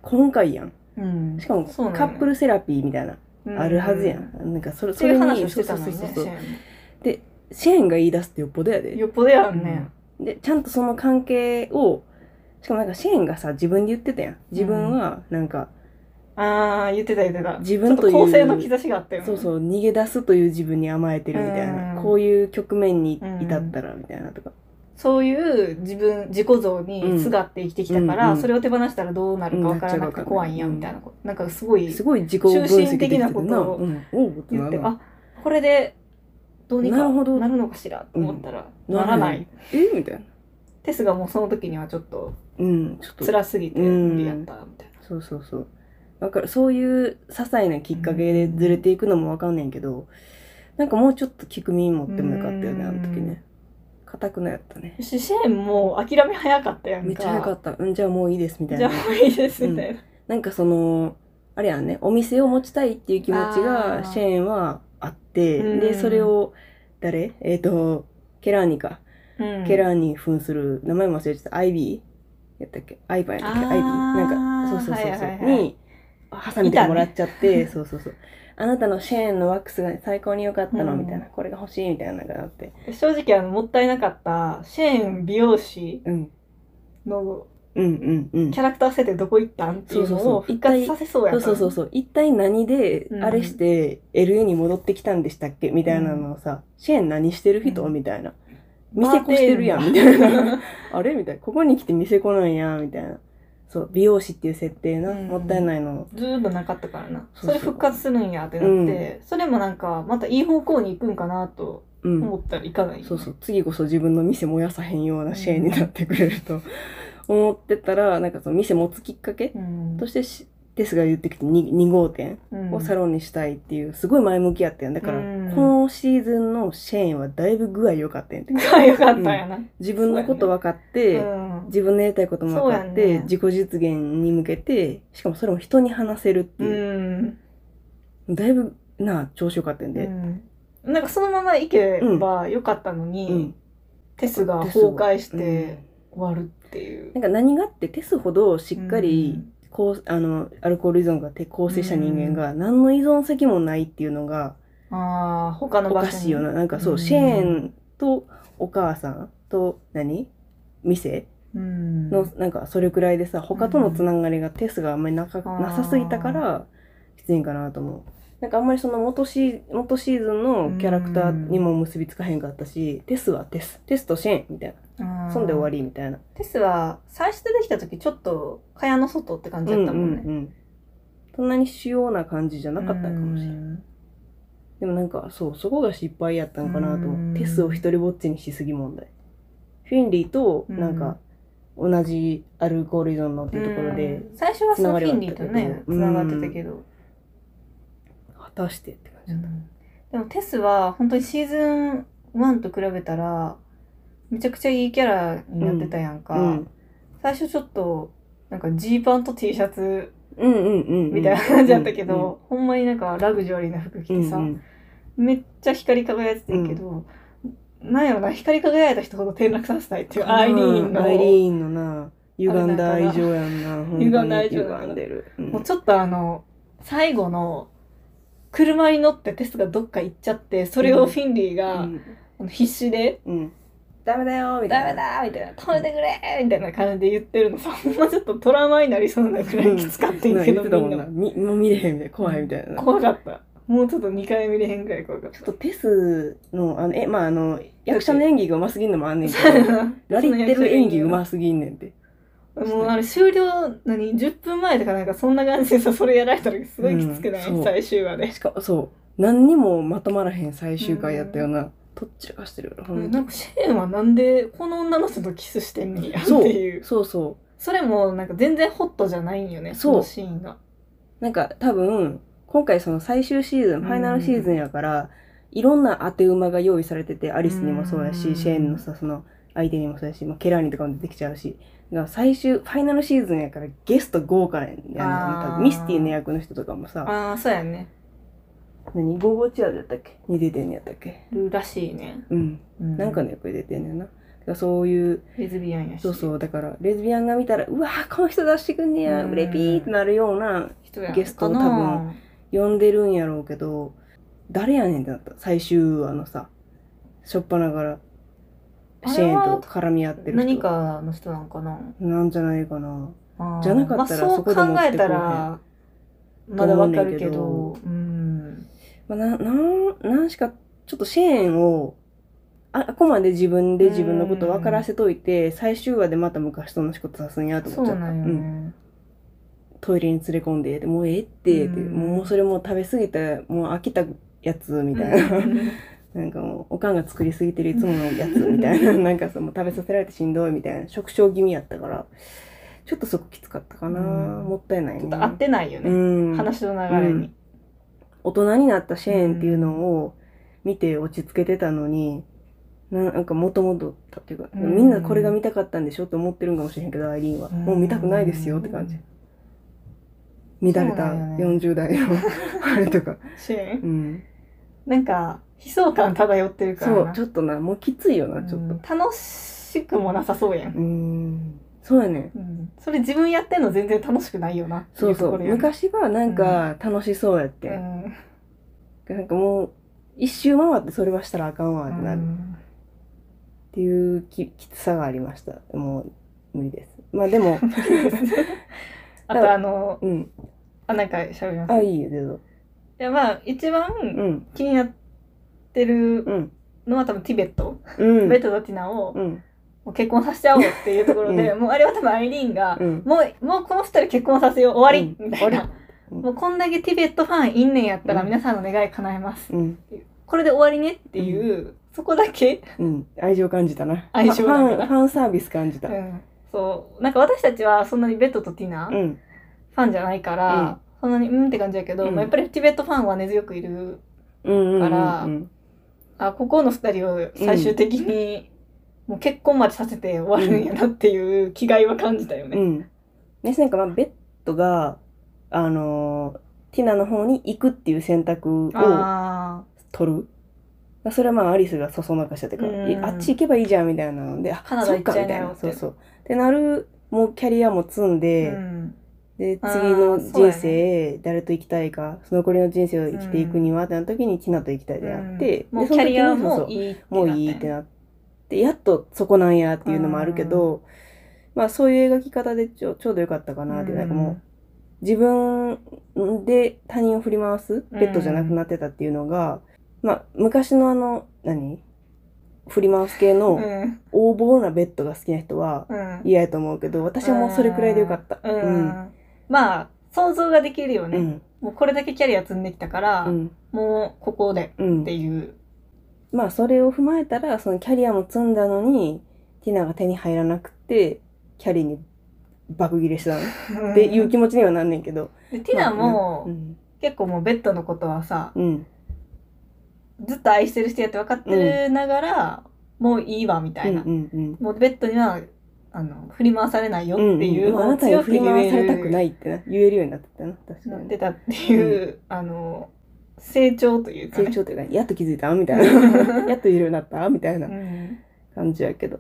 [SPEAKER 1] 今回やん。
[SPEAKER 2] うん、
[SPEAKER 1] しかも
[SPEAKER 2] そうなん
[SPEAKER 1] カ
[SPEAKER 2] や
[SPEAKER 1] ップルセラピーみたいな、
[SPEAKER 2] うん
[SPEAKER 1] あるはずやん。なんかそれ、
[SPEAKER 2] そ
[SPEAKER 1] そう
[SPEAKER 2] い
[SPEAKER 1] れ
[SPEAKER 2] う
[SPEAKER 1] に、
[SPEAKER 2] 話をしてたの
[SPEAKER 1] そう
[SPEAKER 2] に
[SPEAKER 1] そう
[SPEAKER 2] ね
[SPEAKER 1] そ、う
[SPEAKER 2] シ
[SPEAKER 1] そう
[SPEAKER 2] ェ
[SPEAKER 1] シェーンが言い出すってよっぽどや
[SPEAKER 2] ーン
[SPEAKER 1] で。
[SPEAKER 2] よっぽどやんね。
[SPEAKER 1] で、ちゃんとその関係を、しかもなんかシェーンがさ、自分で言ってたやん。自分は、なんか、
[SPEAKER 2] ああ、言ってた言ってた。
[SPEAKER 1] 自分という
[SPEAKER 2] ちょっ構成の兆しがあったよね。
[SPEAKER 1] そうそう、逃げ出すという自分に甘えてるみたい
[SPEAKER 2] うん
[SPEAKER 1] な。こういう局面に至ったら、みたいなとか。
[SPEAKER 2] そういう自分、自己像にすがって生きてきたから、
[SPEAKER 1] うん
[SPEAKER 2] それを手放したらどうなるかわからなくて怖いんや、
[SPEAKER 1] うん
[SPEAKER 2] みたいなこと。なんかすごい
[SPEAKER 1] すごい自己分析できてて
[SPEAKER 2] 中心的
[SPEAKER 1] な。
[SPEAKER 2] なことを
[SPEAKER 1] うん、おうって
[SPEAKER 2] 言
[SPEAKER 1] な
[SPEAKER 2] って
[SPEAKER 1] る、な
[SPEAKER 2] あこれでどうにか
[SPEAKER 1] なるほど
[SPEAKER 2] なるのかしらと思ったら、
[SPEAKER 1] うん
[SPEAKER 2] なら
[SPEAKER 1] な
[SPEAKER 2] な
[SPEAKER 1] らない
[SPEAKER 2] い。
[SPEAKER 1] えみたいな。
[SPEAKER 2] テスがもうその時にはちょっと
[SPEAKER 1] うん、ちょっと。
[SPEAKER 2] 辛すぎて無理やったみたいな。
[SPEAKER 1] そうそうそう。だからそういう些細なきっかけでずれていくのもわかんねんけど、なんかもうちょっと聞く耳持ってもよかったよね、
[SPEAKER 2] うん
[SPEAKER 1] あの時ね。固くなやったね。
[SPEAKER 2] よしシェーンも諦め早かったやんか。
[SPEAKER 1] めっちゃ早かった。うん、じゃあもういいです、みたい
[SPEAKER 2] じゃあ
[SPEAKER 1] な。
[SPEAKER 2] もういいですみたいな。
[SPEAKER 1] なんかその、あれやんね、お店を持ちたいっていう気持ち
[SPEAKER 2] あ
[SPEAKER 1] が、
[SPEAKER 2] ー
[SPEAKER 1] シェーンはあって、
[SPEAKER 2] うん
[SPEAKER 1] で、それを、誰えっ、と、ケラーニか。
[SPEAKER 2] うん
[SPEAKER 1] ケラーに扮する、名前も忘れちゃった、アイビーやったっけアイバーやったっけ
[SPEAKER 2] あー
[SPEAKER 1] アイビーなんか、そうそうそうそう、
[SPEAKER 2] はいはいはい
[SPEAKER 1] に、挟んでもらっちゃって、そうそうそう。あなたのシェーンのワックスが最高に良かったの、
[SPEAKER 2] うん
[SPEAKER 1] みたいな。これが欲しい、みたいなのがあって。
[SPEAKER 2] 正直あのもったいなかったシェーン美容師
[SPEAKER 1] うん。
[SPEAKER 2] の
[SPEAKER 1] うんうんうん。
[SPEAKER 2] キャラクター設定どこ行ったんっていう
[SPEAKER 1] そうそう
[SPEAKER 2] の
[SPEAKER 1] そ
[SPEAKER 2] を
[SPEAKER 1] う
[SPEAKER 2] 復活させそうや
[SPEAKER 1] そ
[SPEAKER 2] っ
[SPEAKER 1] う
[SPEAKER 2] た。
[SPEAKER 1] そうそうそう。一体何で
[SPEAKER 2] う、ん
[SPEAKER 1] あれして、LA に戻ってきたんでしたっけみたいなのをさ、シェーン何してる人
[SPEAKER 2] うん
[SPEAKER 1] みたいな。
[SPEAKER 2] バ
[SPEAKER 1] 店
[SPEAKER 2] ー
[SPEAKER 1] 子
[SPEAKER 2] テンダー
[SPEAKER 1] してるやん、みたいな。 <laughs> あれみたいな。ここに来て店子なんや、みたいな。そう、美容師っていう設定な。
[SPEAKER 2] うん
[SPEAKER 1] もったいないの。
[SPEAKER 2] <laughs> ずーっとなかったからな。
[SPEAKER 1] そうそう
[SPEAKER 2] それ復活するんやってなって、それもなんかまたいい方向に行くんかなと
[SPEAKER 1] うん。
[SPEAKER 2] 思ったらいかない。
[SPEAKER 1] そうそう、次こそ自分の店燃やさへんような支援になってくれると思ってたら、なんかその店持つきっかけ
[SPEAKER 2] うん。
[SPEAKER 1] としてしですが言ってきた 2, 2号店
[SPEAKER 2] うん
[SPEAKER 1] を
[SPEAKER 2] <laughs>
[SPEAKER 1] サロンにしたいっていうすごい前向きやってんだから、
[SPEAKER 2] うん
[SPEAKER 1] このシーズンのシェーンはだいぶ具合良かったんて
[SPEAKER 2] が良かったんやな。
[SPEAKER 1] 自分のこと分かって、
[SPEAKER 2] うん
[SPEAKER 1] 自分のやりたいことも分かっ
[SPEAKER 2] そうや
[SPEAKER 1] て、
[SPEAKER 2] ね
[SPEAKER 1] 自己実現に向けてしかもそれも人に話せるって
[SPEAKER 2] う
[SPEAKER 1] いう、
[SPEAKER 2] ん。
[SPEAKER 1] だいぶな調子良かったんで、
[SPEAKER 2] うんなんかそのまま行けば良かったのに、
[SPEAKER 1] うん
[SPEAKER 2] テスが崩壊し
[SPEAKER 1] うん
[SPEAKER 2] て終わるっていう。
[SPEAKER 1] なんか何があってテスほどしっかり、こうあのアルコール依存がて構成した人間が何の依存先もないっていうのが
[SPEAKER 2] うん、ああ、他の
[SPEAKER 1] お
[SPEAKER 2] 場所に
[SPEAKER 1] かしいよななんかそう、
[SPEAKER 2] うん
[SPEAKER 1] シェーンとお母さんと何店
[SPEAKER 2] うん
[SPEAKER 1] の、なんかそれくらいでさ他とのつながりがテスがあんまりなか
[SPEAKER 2] ー
[SPEAKER 1] なさすぎたからきついんかなと思うなんかあんまりその元シー元シーズンのキャラクターにも結びつかへんかったし、テスはテステスとシェーンみたいなそんで終わ
[SPEAKER 2] り。
[SPEAKER 1] りみたいな
[SPEAKER 2] テスは最初出てきた時ちょっと蚊帳の外って感じだったもんね。
[SPEAKER 1] うんうんうんそんなに主要な感じじゃなかったかもしれない、
[SPEAKER 2] うん
[SPEAKER 1] でもなんかそうそこが失敗やったんかなと
[SPEAKER 2] うん
[SPEAKER 1] 思うテスを一人ぼっちにしすぎ問題フィンリーとなんか同じアルコール依存のっていうところで
[SPEAKER 2] うん最初はそのフィンリーと
[SPEAKER 1] つながりはあっ
[SPEAKER 2] ね
[SPEAKER 1] たけど
[SPEAKER 2] つながってたけど、
[SPEAKER 1] 果たしてって感じだっ
[SPEAKER 2] でもテスは本当にシーズン1と比べたらめちゃくちゃいいキャラになってたやんか、
[SPEAKER 1] た、うん、
[SPEAKER 2] 最初ちょっとなんかジーパンと T シャツ
[SPEAKER 1] うんうんうんうん
[SPEAKER 2] みたいな感じだったけど、ほんまになんかラグジュアリーな服
[SPEAKER 1] う
[SPEAKER 2] 着
[SPEAKER 1] ん
[SPEAKER 2] てさ、
[SPEAKER 1] うん
[SPEAKER 2] めっちゃ光り輝いてたけど、なんやろな光り輝いた人ほど転落させたいっていうアイリーンの、
[SPEAKER 1] アイリーンのな歪んだ
[SPEAKER 2] あれな
[SPEAKER 1] 愛
[SPEAKER 2] んかな
[SPEAKER 1] 情やんなほんとに
[SPEAKER 2] 歪んだ愛情やな
[SPEAKER 1] 歪んでる、うん
[SPEAKER 2] もうちょっとあの最後の車に乗ってテスがどっか行っちゃってそれをフィンリーが、
[SPEAKER 1] うん
[SPEAKER 2] あの必死で
[SPEAKER 1] うんダメだよ
[SPEAKER 2] 「
[SPEAKER 1] みたい
[SPEAKER 2] ダ
[SPEAKER 1] な
[SPEAKER 2] メだ!」みたいな「止めてくれ!」みたいな感じで言ってるのさほんまちょっとトラウマになりそうなくらいきつかったん
[SPEAKER 1] なんか
[SPEAKER 2] やけ
[SPEAKER 1] 言っ
[SPEAKER 2] ど、
[SPEAKER 1] てたも
[SPEAKER 2] み
[SPEAKER 1] ん
[SPEAKER 2] ん
[SPEAKER 1] な
[SPEAKER 2] な
[SPEAKER 1] みもう見れへんみたいな怖いみたいな
[SPEAKER 2] 怖かったもうちょっと2回見れへんぐらい怖かっ
[SPEAKER 1] ちょったとテスの、あの、え、まあ、あの、役者の演技がうますぎんのもあんねんけど、ラリってる演技うますぎんねんて。
[SPEAKER 2] もうあれ終了何10分前とかなんかそんな感じでさそれやられた時すごいきつくない、
[SPEAKER 1] うんそう
[SPEAKER 2] 最終話で
[SPEAKER 1] しかも、そう、何にもまとまらへん最終回やったような、とっちらかしてるよな、ほんと
[SPEAKER 2] なんかシェーンはなんでこの女の人とキスしてんねんやって
[SPEAKER 1] そう
[SPEAKER 2] いう、
[SPEAKER 1] そうそ
[SPEAKER 2] それもなんか全然ホットじゃないんよね、
[SPEAKER 1] そう
[SPEAKER 2] そのシーンが。
[SPEAKER 1] う。なんか、多分、今回その最終シーズン、
[SPEAKER 2] ん
[SPEAKER 1] ファイナルシーズンやから、いろんな当て馬が用意されてて、アリスにもそうや
[SPEAKER 2] うん
[SPEAKER 1] し、シェーンのさ、その、相手にもそうやし、まあ、ケラーニとかも出てきちゃうし、だから最終、ファイナルシーズンやからゲスト豪華やねんね。
[SPEAKER 2] あ
[SPEAKER 1] 多
[SPEAKER 2] ー
[SPEAKER 1] 分ミスティの役の人とかもさ、
[SPEAKER 2] ああ、そうやね。
[SPEAKER 1] 何ゴーゴーチアーズやったっけに出てんのやったっけ
[SPEAKER 2] るらしいね。
[SPEAKER 1] うん、なんかの役で出てんねんなだからそういう
[SPEAKER 2] レズビアンやし。
[SPEAKER 1] そうそうだからレズビアンが見たらうわーこの人出してくんねや
[SPEAKER 2] うん
[SPEAKER 1] うれぴーってなるような
[SPEAKER 2] 人やん
[SPEAKER 1] ゲストを多分
[SPEAKER 2] かな
[SPEAKER 1] 呼んでるんやろうけど誰やねんってなった最終話のさしょっぱながらシェーンと絡み合ってる人
[SPEAKER 2] 何かの人なんかな。
[SPEAKER 1] なんじゃないかな
[SPEAKER 2] あー
[SPEAKER 1] じゃなかったら
[SPEAKER 2] まあ、そ
[SPEAKER 1] そうこでも
[SPEAKER 2] 考
[SPEAKER 1] ってこうへん
[SPEAKER 2] えたら、まだわかるけ
[SPEAKER 1] と
[SPEAKER 2] ど
[SPEAKER 1] 思、
[SPEAKER 2] うん。
[SPEAKER 1] まあ、ななんなんしかちょっとシェーンをああくまで自分で自分のこと分からせといて、最終話でまた昔と同じことさすんやと
[SPEAKER 2] そ
[SPEAKER 1] 思っちゃ
[SPEAKER 2] う
[SPEAKER 1] っ
[SPEAKER 2] な
[SPEAKER 1] た。
[SPEAKER 2] んよ
[SPEAKER 1] うん
[SPEAKER 2] ね。
[SPEAKER 1] トイレに連れ込んで、でもうええって、
[SPEAKER 2] うん
[SPEAKER 1] でもうそれもう食べ過ぎて、もう飽きたやつみたいな。 <laughs> なんかもう、おかんが作りすぎてるいつものやつみたいな。なんかその食べさせられてしんどいみたいな。食傷気味やったから、ちょっとそこきつかったかな。
[SPEAKER 2] うん
[SPEAKER 1] もったいないね。
[SPEAKER 2] ちょっと合ってないよ
[SPEAKER 1] う
[SPEAKER 2] ね、
[SPEAKER 1] ん。
[SPEAKER 2] 話の流れに。
[SPEAKER 1] 大人になったシェーンっていうのを見て落ち着けてたのに、ななんかもともとたっていうか、
[SPEAKER 2] うん
[SPEAKER 1] みんなこれが見たかったんでしょって思ってるんかもしれへんけど、アイリーンは。もう見たくないですよって感じ。乱れた
[SPEAKER 2] そうなんよね
[SPEAKER 1] 40代のあれとか、
[SPEAKER 2] シェーン。
[SPEAKER 1] うん、
[SPEAKER 2] なんか、悲壮感漂ってるか
[SPEAKER 1] そ
[SPEAKER 2] ら
[SPEAKER 1] う
[SPEAKER 2] な。
[SPEAKER 1] ちょっとなもうきついよなちょっと
[SPEAKER 2] うん楽しくもなさそうやん
[SPEAKER 1] う。んそうやね
[SPEAKER 2] うんそれ自分やってんの全然楽しくないよなってい
[SPEAKER 1] そうそ
[SPEAKER 2] とこ
[SPEAKER 1] う
[SPEAKER 2] ろやん
[SPEAKER 1] 昔はなんか楽しそうやって、
[SPEAKER 2] うん
[SPEAKER 1] なんかもう一周回ってそれはしたらあかんわってなるっていうききつさがありましたもう無理ですまあで
[SPEAKER 2] <laughs>
[SPEAKER 1] も
[SPEAKER 2] あとあの
[SPEAKER 1] うん
[SPEAKER 2] あなんか喋ります
[SPEAKER 1] あ
[SPEAKER 2] い
[SPEAKER 1] いいよどうぞ
[SPEAKER 2] やまあ一
[SPEAKER 1] う
[SPEAKER 2] 番
[SPEAKER 1] ん
[SPEAKER 2] 気になってる
[SPEAKER 1] うん
[SPEAKER 2] のは多分ティベット、
[SPEAKER 1] うん
[SPEAKER 2] ティベットとティナを
[SPEAKER 1] う
[SPEAKER 2] も
[SPEAKER 1] ん
[SPEAKER 2] う結婚させちゃおうっていうところで、もうあれは多分アイリーンが、
[SPEAKER 1] うん
[SPEAKER 2] もうもうこの二人結婚させよう終わり、
[SPEAKER 1] うん
[SPEAKER 2] みたい
[SPEAKER 1] 終
[SPEAKER 2] な
[SPEAKER 1] わ、りうん
[SPEAKER 2] もうこんだけティベットファンいんねんやったら
[SPEAKER 1] うん
[SPEAKER 2] 皆さんの願い叶えます、
[SPEAKER 1] うん
[SPEAKER 2] これで終わりねっていう、そこだけ
[SPEAKER 1] うん愛情感じたな
[SPEAKER 2] 愛情
[SPEAKER 1] フ
[SPEAKER 2] なん
[SPEAKER 1] ァ
[SPEAKER 2] か
[SPEAKER 1] ンファンサービス感じた
[SPEAKER 2] うんそうなんか私たちはそんなにベッドとティナ
[SPEAKER 1] うん
[SPEAKER 2] 二ファンじゃないから、そんなにうんって感じやけど、
[SPEAKER 1] うん
[SPEAKER 2] まあ、やっぱりチベットファンは根強くいる
[SPEAKER 1] うんうんうんうん
[SPEAKER 2] からあここの二人を最終的に、もう結婚までさせて終わるんやなっていう気概は感じたよ
[SPEAKER 1] う
[SPEAKER 2] ね。
[SPEAKER 1] ん。ね、なんかまあベッドが、あのーティナの方に行くっていう選択を
[SPEAKER 2] あ
[SPEAKER 1] 取る。それはまあアリスがそそのかしちゃってから、
[SPEAKER 2] うん
[SPEAKER 1] あっち行けばいいじゃんみたいなので、あ
[SPEAKER 2] カナダ行っちゃいなよ
[SPEAKER 1] そっかみたいなそう
[SPEAKER 2] って
[SPEAKER 1] そう。ってなる、もうキャリアも積ん
[SPEAKER 2] あ
[SPEAKER 1] で、
[SPEAKER 2] うん
[SPEAKER 1] で、
[SPEAKER 2] あー
[SPEAKER 1] 次の
[SPEAKER 2] そう
[SPEAKER 1] 人
[SPEAKER 2] や
[SPEAKER 1] 生、誰と生きたいか、その残りの人生を生きていくには、ってなった時にティナと生きたいであって、
[SPEAKER 2] もう
[SPEAKER 1] でそ
[SPEAKER 2] キ
[SPEAKER 1] の時
[SPEAKER 2] ャ
[SPEAKER 1] に
[SPEAKER 2] リア
[SPEAKER 1] そうそ
[SPEAKER 2] も
[SPEAKER 1] う
[SPEAKER 2] いいって
[SPEAKER 1] もういいってなって、やっとそこなんやっていうのもあるけど、まあそういう描き方でちょちょうどよかったかなって、なんかもう自分で他人を振り回す、
[SPEAKER 2] うん
[SPEAKER 1] ペットじゃなくなってたっていうのが、まあ昔のあの、何振り回す系
[SPEAKER 2] う
[SPEAKER 1] の
[SPEAKER 2] んうん
[SPEAKER 1] 横暴なベッドが好きな人は
[SPEAKER 2] うん
[SPEAKER 1] 嫌やと思うけど、私はもうそれくらいでよかった。
[SPEAKER 2] うんまあ想像ができるよ
[SPEAKER 1] うん。う
[SPEAKER 2] ね、
[SPEAKER 1] ん。
[SPEAKER 2] もうこれだけキャリア積んできたから、
[SPEAKER 1] うん。
[SPEAKER 2] もうここで
[SPEAKER 1] うん
[SPEAKER 2] っていう、
[SPEAKER 1] まあそれを踏まえたらそのキャリアも積んだのにティナが手に入らなくてキャリーに爆切れしたのっていう気持ちにはなんねんけど、
[SPEAKER 2] でティナも、
[SPEAKER 1] うん
[SPEAKER 2] 結構もうベッドのことはさ
[SPEAKER 1] うん
[SPEAKER 2] ずっと愛してる人やって分かってるながら、もういいわみた
[SPEAKER 1] う
[SPEAKER 2] い
[SPEAKER 1] んう
[SPEAKER 2] な、
[SPEAKER 1] ん
[SPEAKER 2] もうベッドにはあの振り回されないよっ
[SPEAKER 1] う
[SPEAKER 2] て
[SPEAKER 1] ん
[SPEAKER 2] い
[SPEAKER 1] う
[SPEAKER 2] う
[SPEAKER 1] んもうあ
[SPEAKER 2] のを
[SPEAKER 1] なたに
[SPEAKER 2] 強
[SPEAKER 1] 振
[SPEAKER 2] く
[SPEAKER 1] り回されたく
[SPEAKER 2] 言
[SPEAKER 1] な
[SPEAKER 2] え
[SPEAKER 1] いってな言えるようになってたな確か
[SPEAKER 2] るなっ
[SPEAKER 1] に
[SPEAKER 2] てたっていう、あの成長というか、
[SPEAKER 1] 成
[SPEAKER 2] ね、
[SPEAKER 1] 長というかやっと気づいたみたい
[SPEAKER 2] <laughs>
[SPEAKER 1] なやっと言えるようになったみたいな
[SPEAKER 2] うん
[SPEAKER 1] 感じやけど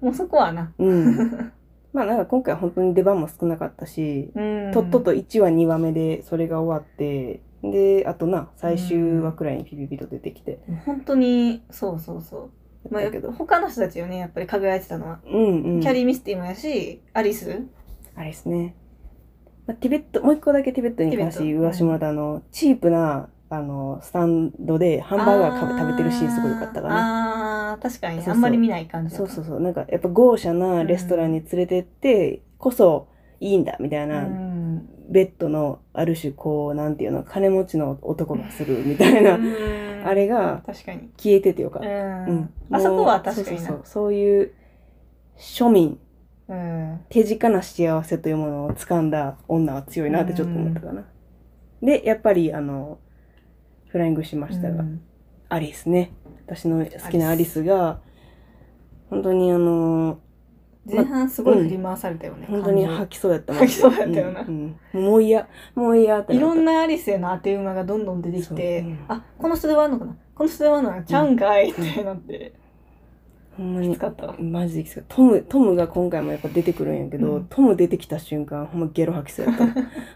[SPEAKER 2] もうそこはな、
[SPEAKER 1] うん
[SPEAKER 2] <laughs>
[SPEAKER 1] まあなんか今回は本当に出番も少なかったし
[SPEAKER 2] うん
[SPEAKER 1] とっとと1話2話目でそれが終わってであとな最終話くらいにピピピと出てきて
[SPEAKER 2] 本当にそうそうそ
[SPEAKER 1] や
[SPEAKER 2] う、まあ、
[SPEAKER 1] っ
[SPEAKER 2] やったぱ
[SPEAKER 1] けど、
[SPEAKER 2] 他の人たちよねやっぱり輝いてたのは、
[SPEAKER 1] うんうん
[SPEAKER 2] キャリー・ミスティもやしアリス
[SPEAKER 1] あれですね、まあ、ティベットもう一個だけティベットに関して
[SPEAKER 2] ティベット
[SPEAKER 1] 言わしてもらったあのチープなあのスタンドでハンバーガーかぶ食べてるシーンすごい良かったかな
[SPEAKER 2] なあー確かにね
[SPEAKER 1] そうそう
[SPEAKER 2] あんまり見ない感じだ
[SPEAKER 1] そ
[SPEAKER 2] っ
[SPEAKER 1] う
[SPEAKER 2] た
[SPEAKER 1] そうそうなんかやっぱ豪華なレストランに連れてってこそいいんだみたいな、
[SPEAKER 2] うん
[SPEAKER 1] ベッドのある種こうなんていうの金持ちの男がするみたいな、
[SPEAKER 2] うん
[SPEAKER 1] あれが
[SPEAKER 2] 確かに、
[SPEAKER 1] 消えててよかっ
[SPEAKER 2] う
[SPEAKER 1] た、
[SPEAKER 2] ん
[SPEAKER 1] うん
[SPEAKER 2] あそこは確か
[SPEAKER 1] もうそ
[SPEAKER 2] にな
[SPEAKER 1] うそうそうそういう庶民
[SPEAKER 2] うん
[SPEAKER 1] 手近な幸せというものを掴んだ女は強いなってちょっと思ったかな。で、やっぱり、あの、フライングしましたが、
[SPEAKER 2] うん
[SPEAKER 1] アリスね。私の好きなアリスが、本当にあの、
[SPEAKER 2] 前半すごい振り回されたよね、
[SPEAKER 1] 本当に
[SPEAKER 2] 感
[SPEAKER 1] 吐きそうやったもん
[SPEAKER 2] 吐きそうやったよな
[SPEAKER 1] うんうんもう嫌、もう嫌って
[SPEAKER 2] 情いろん
[SPEAKER 1] なっ
[SPEAKER 2] なアリスへの当て馬がどんどん出てきて、
[SPEAKER 1] そううん
[SPEAKER 2] あこの人ではあんのかなこの人ではあんのかなちゃうんかいってなって、
[SPEAKER 1] た。ほんま
[SPEAKER 2] き
[SPEAKER 1] に
[SPEAKER 2] つ。かったわ
[SPEAKER 1] マジできつかったトム、トムが今回もやっぱ出てくるんやけど、
[SPEAKER 2] うん
[SPEAKER 1] トム出てきた瞬間、ほんまゲロ吐きそうやっ
[SPEAKER 2] <laughs>
[SPEAKER 1] た。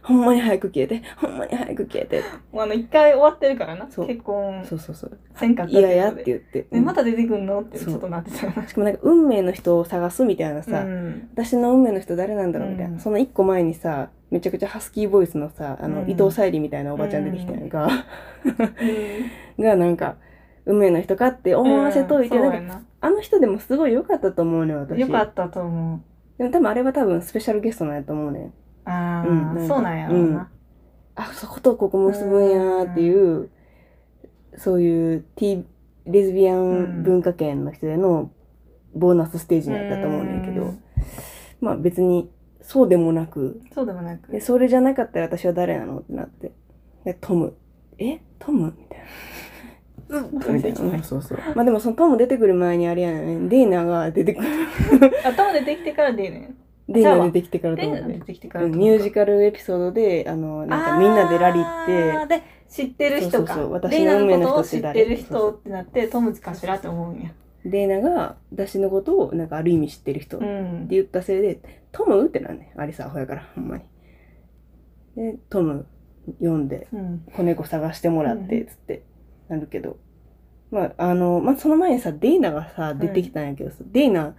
[SPEAKER 1] ほんまに早く消えて、ほんまに早く消えて。
[SPEAKER 2] もうあの一回終わってるからな
[SPEAKER 1] そう
[SPEAKER 2] 結婚
[SPEAKER 1] そうそうそう。
[SPEAKER 2] せんかった
[SPEAKER 1] 嫌やっ
[SPEAKER 2] こ
[SPEAKER 1] て
[SPEAKER 2] とで
[SPEAKER 1] 言って。
[SPEAKER 2] でまた出てくんのってち
[SPEAKER 1] そう
[SPEAKER 2] ょっとなってたよな
[SPEAKER 1] しかもなんか運命の人を探すみたいなさ、
[SPEAKER 2] うん
[SPEAKER 1] 私の運命の人誰なんだろうみたいな、
[SPEAKER 2] うん
[SPEAKER 1] その一個前にさめちゃくちゃハスキーボイスのさあの、
[SPEAKER 2] うん
[SPEAKER 1] 伊藤沙莉みたいなおばちゃん出てきたやんか、
[SPEAKER 2] うん
[SPEAKER 1] がなんか運命の人かって思わせといて、
[SPEAKER 2] うん
[SPEAKER 1] な
[SPEAKER 2] そ
[SPEAKER 1] ん
[SPEAKER 2] うや
[SPEAKER 1] か
[SPEAKER 2] な
[SPEAKER 1] あの人でもすごい良かったと思うね私
[SPEAKER 2] よかったと思
[SPEAKER 1] でも多分あれは多分スペシャルゲストなんやと思うねん
[SPEAKER 2] うああ、
[SPEAKER 1] うんなんか
[SPEAKER 2] そうなんやろうな、
[SPEAKER 1] あそことここ結ぶんやーっていう、そういう T レズビアン文化圏の人へのボーナスステージになったと思うねんけど、
[SPEAKER 2] うん
[SPEAKER 1] まあ別にそうでもなく
[SPEAKER 2] そうでもなく
[SPEAKER 1] で、それじゃなかったら私は誰なのってなって。で、トム。えトムみたいな。うん、みたいな。うんそうそう。まあでもそのトム出てくる前にあれやねん。デイナが出てくる。
[SPEAKER 2] 頭出てきてから出るね
[SPEAKER 1] デイナが出てきてから
[SPEAKER 2] ん
[SPEAKER 1] と
[SPEAKER 2] で
[SPEAKER 1] 思って
[SPEAKER 2] 出。てきてか
[SPEAKER 1] う
[SPEAKER 2] ら
[SPEAKER 1] んミュージカルエピソードで、あの、なんかみんなでラリー
[SPEAKER 2] あ
[SPEAKER 1] っ
[SPEAKER 2] ーで知ってる人か
[SPEAKER 1] そうそうそう私の
[SPEAKER 2] レイナの
[SPEAKER 1] 運命の
[SPEAKER 2] こ
[SPEAKER 1] 人
[SPEAKER 2] とを
[SPEAKER 1] って
[SPEAKER 2] 知っ
[SPEAKER 1] 誰
[SPEAKER 2] てる人ってなってトムズかしらって思うんや
[SPEAKER 1] て、デイナが私のことをなんかある意味知ってる人っ
[SPEAKER 2] う
[SPEAKER 1] て
[SPEAKER 2] ん
[SPEAKER 1] 言ったせいで、トムってなんねん。アリサアホやから、ほんまに。で、トム読んで、
[SPEAKER 2] うん
[SPEAKER 1] 子猫探してもらって
[SPEAKER 2] う
[SPEAKER 1] つってなるけど、まああの、まあ、その前にさデイナがさ出てきたんやけどさ、デイナ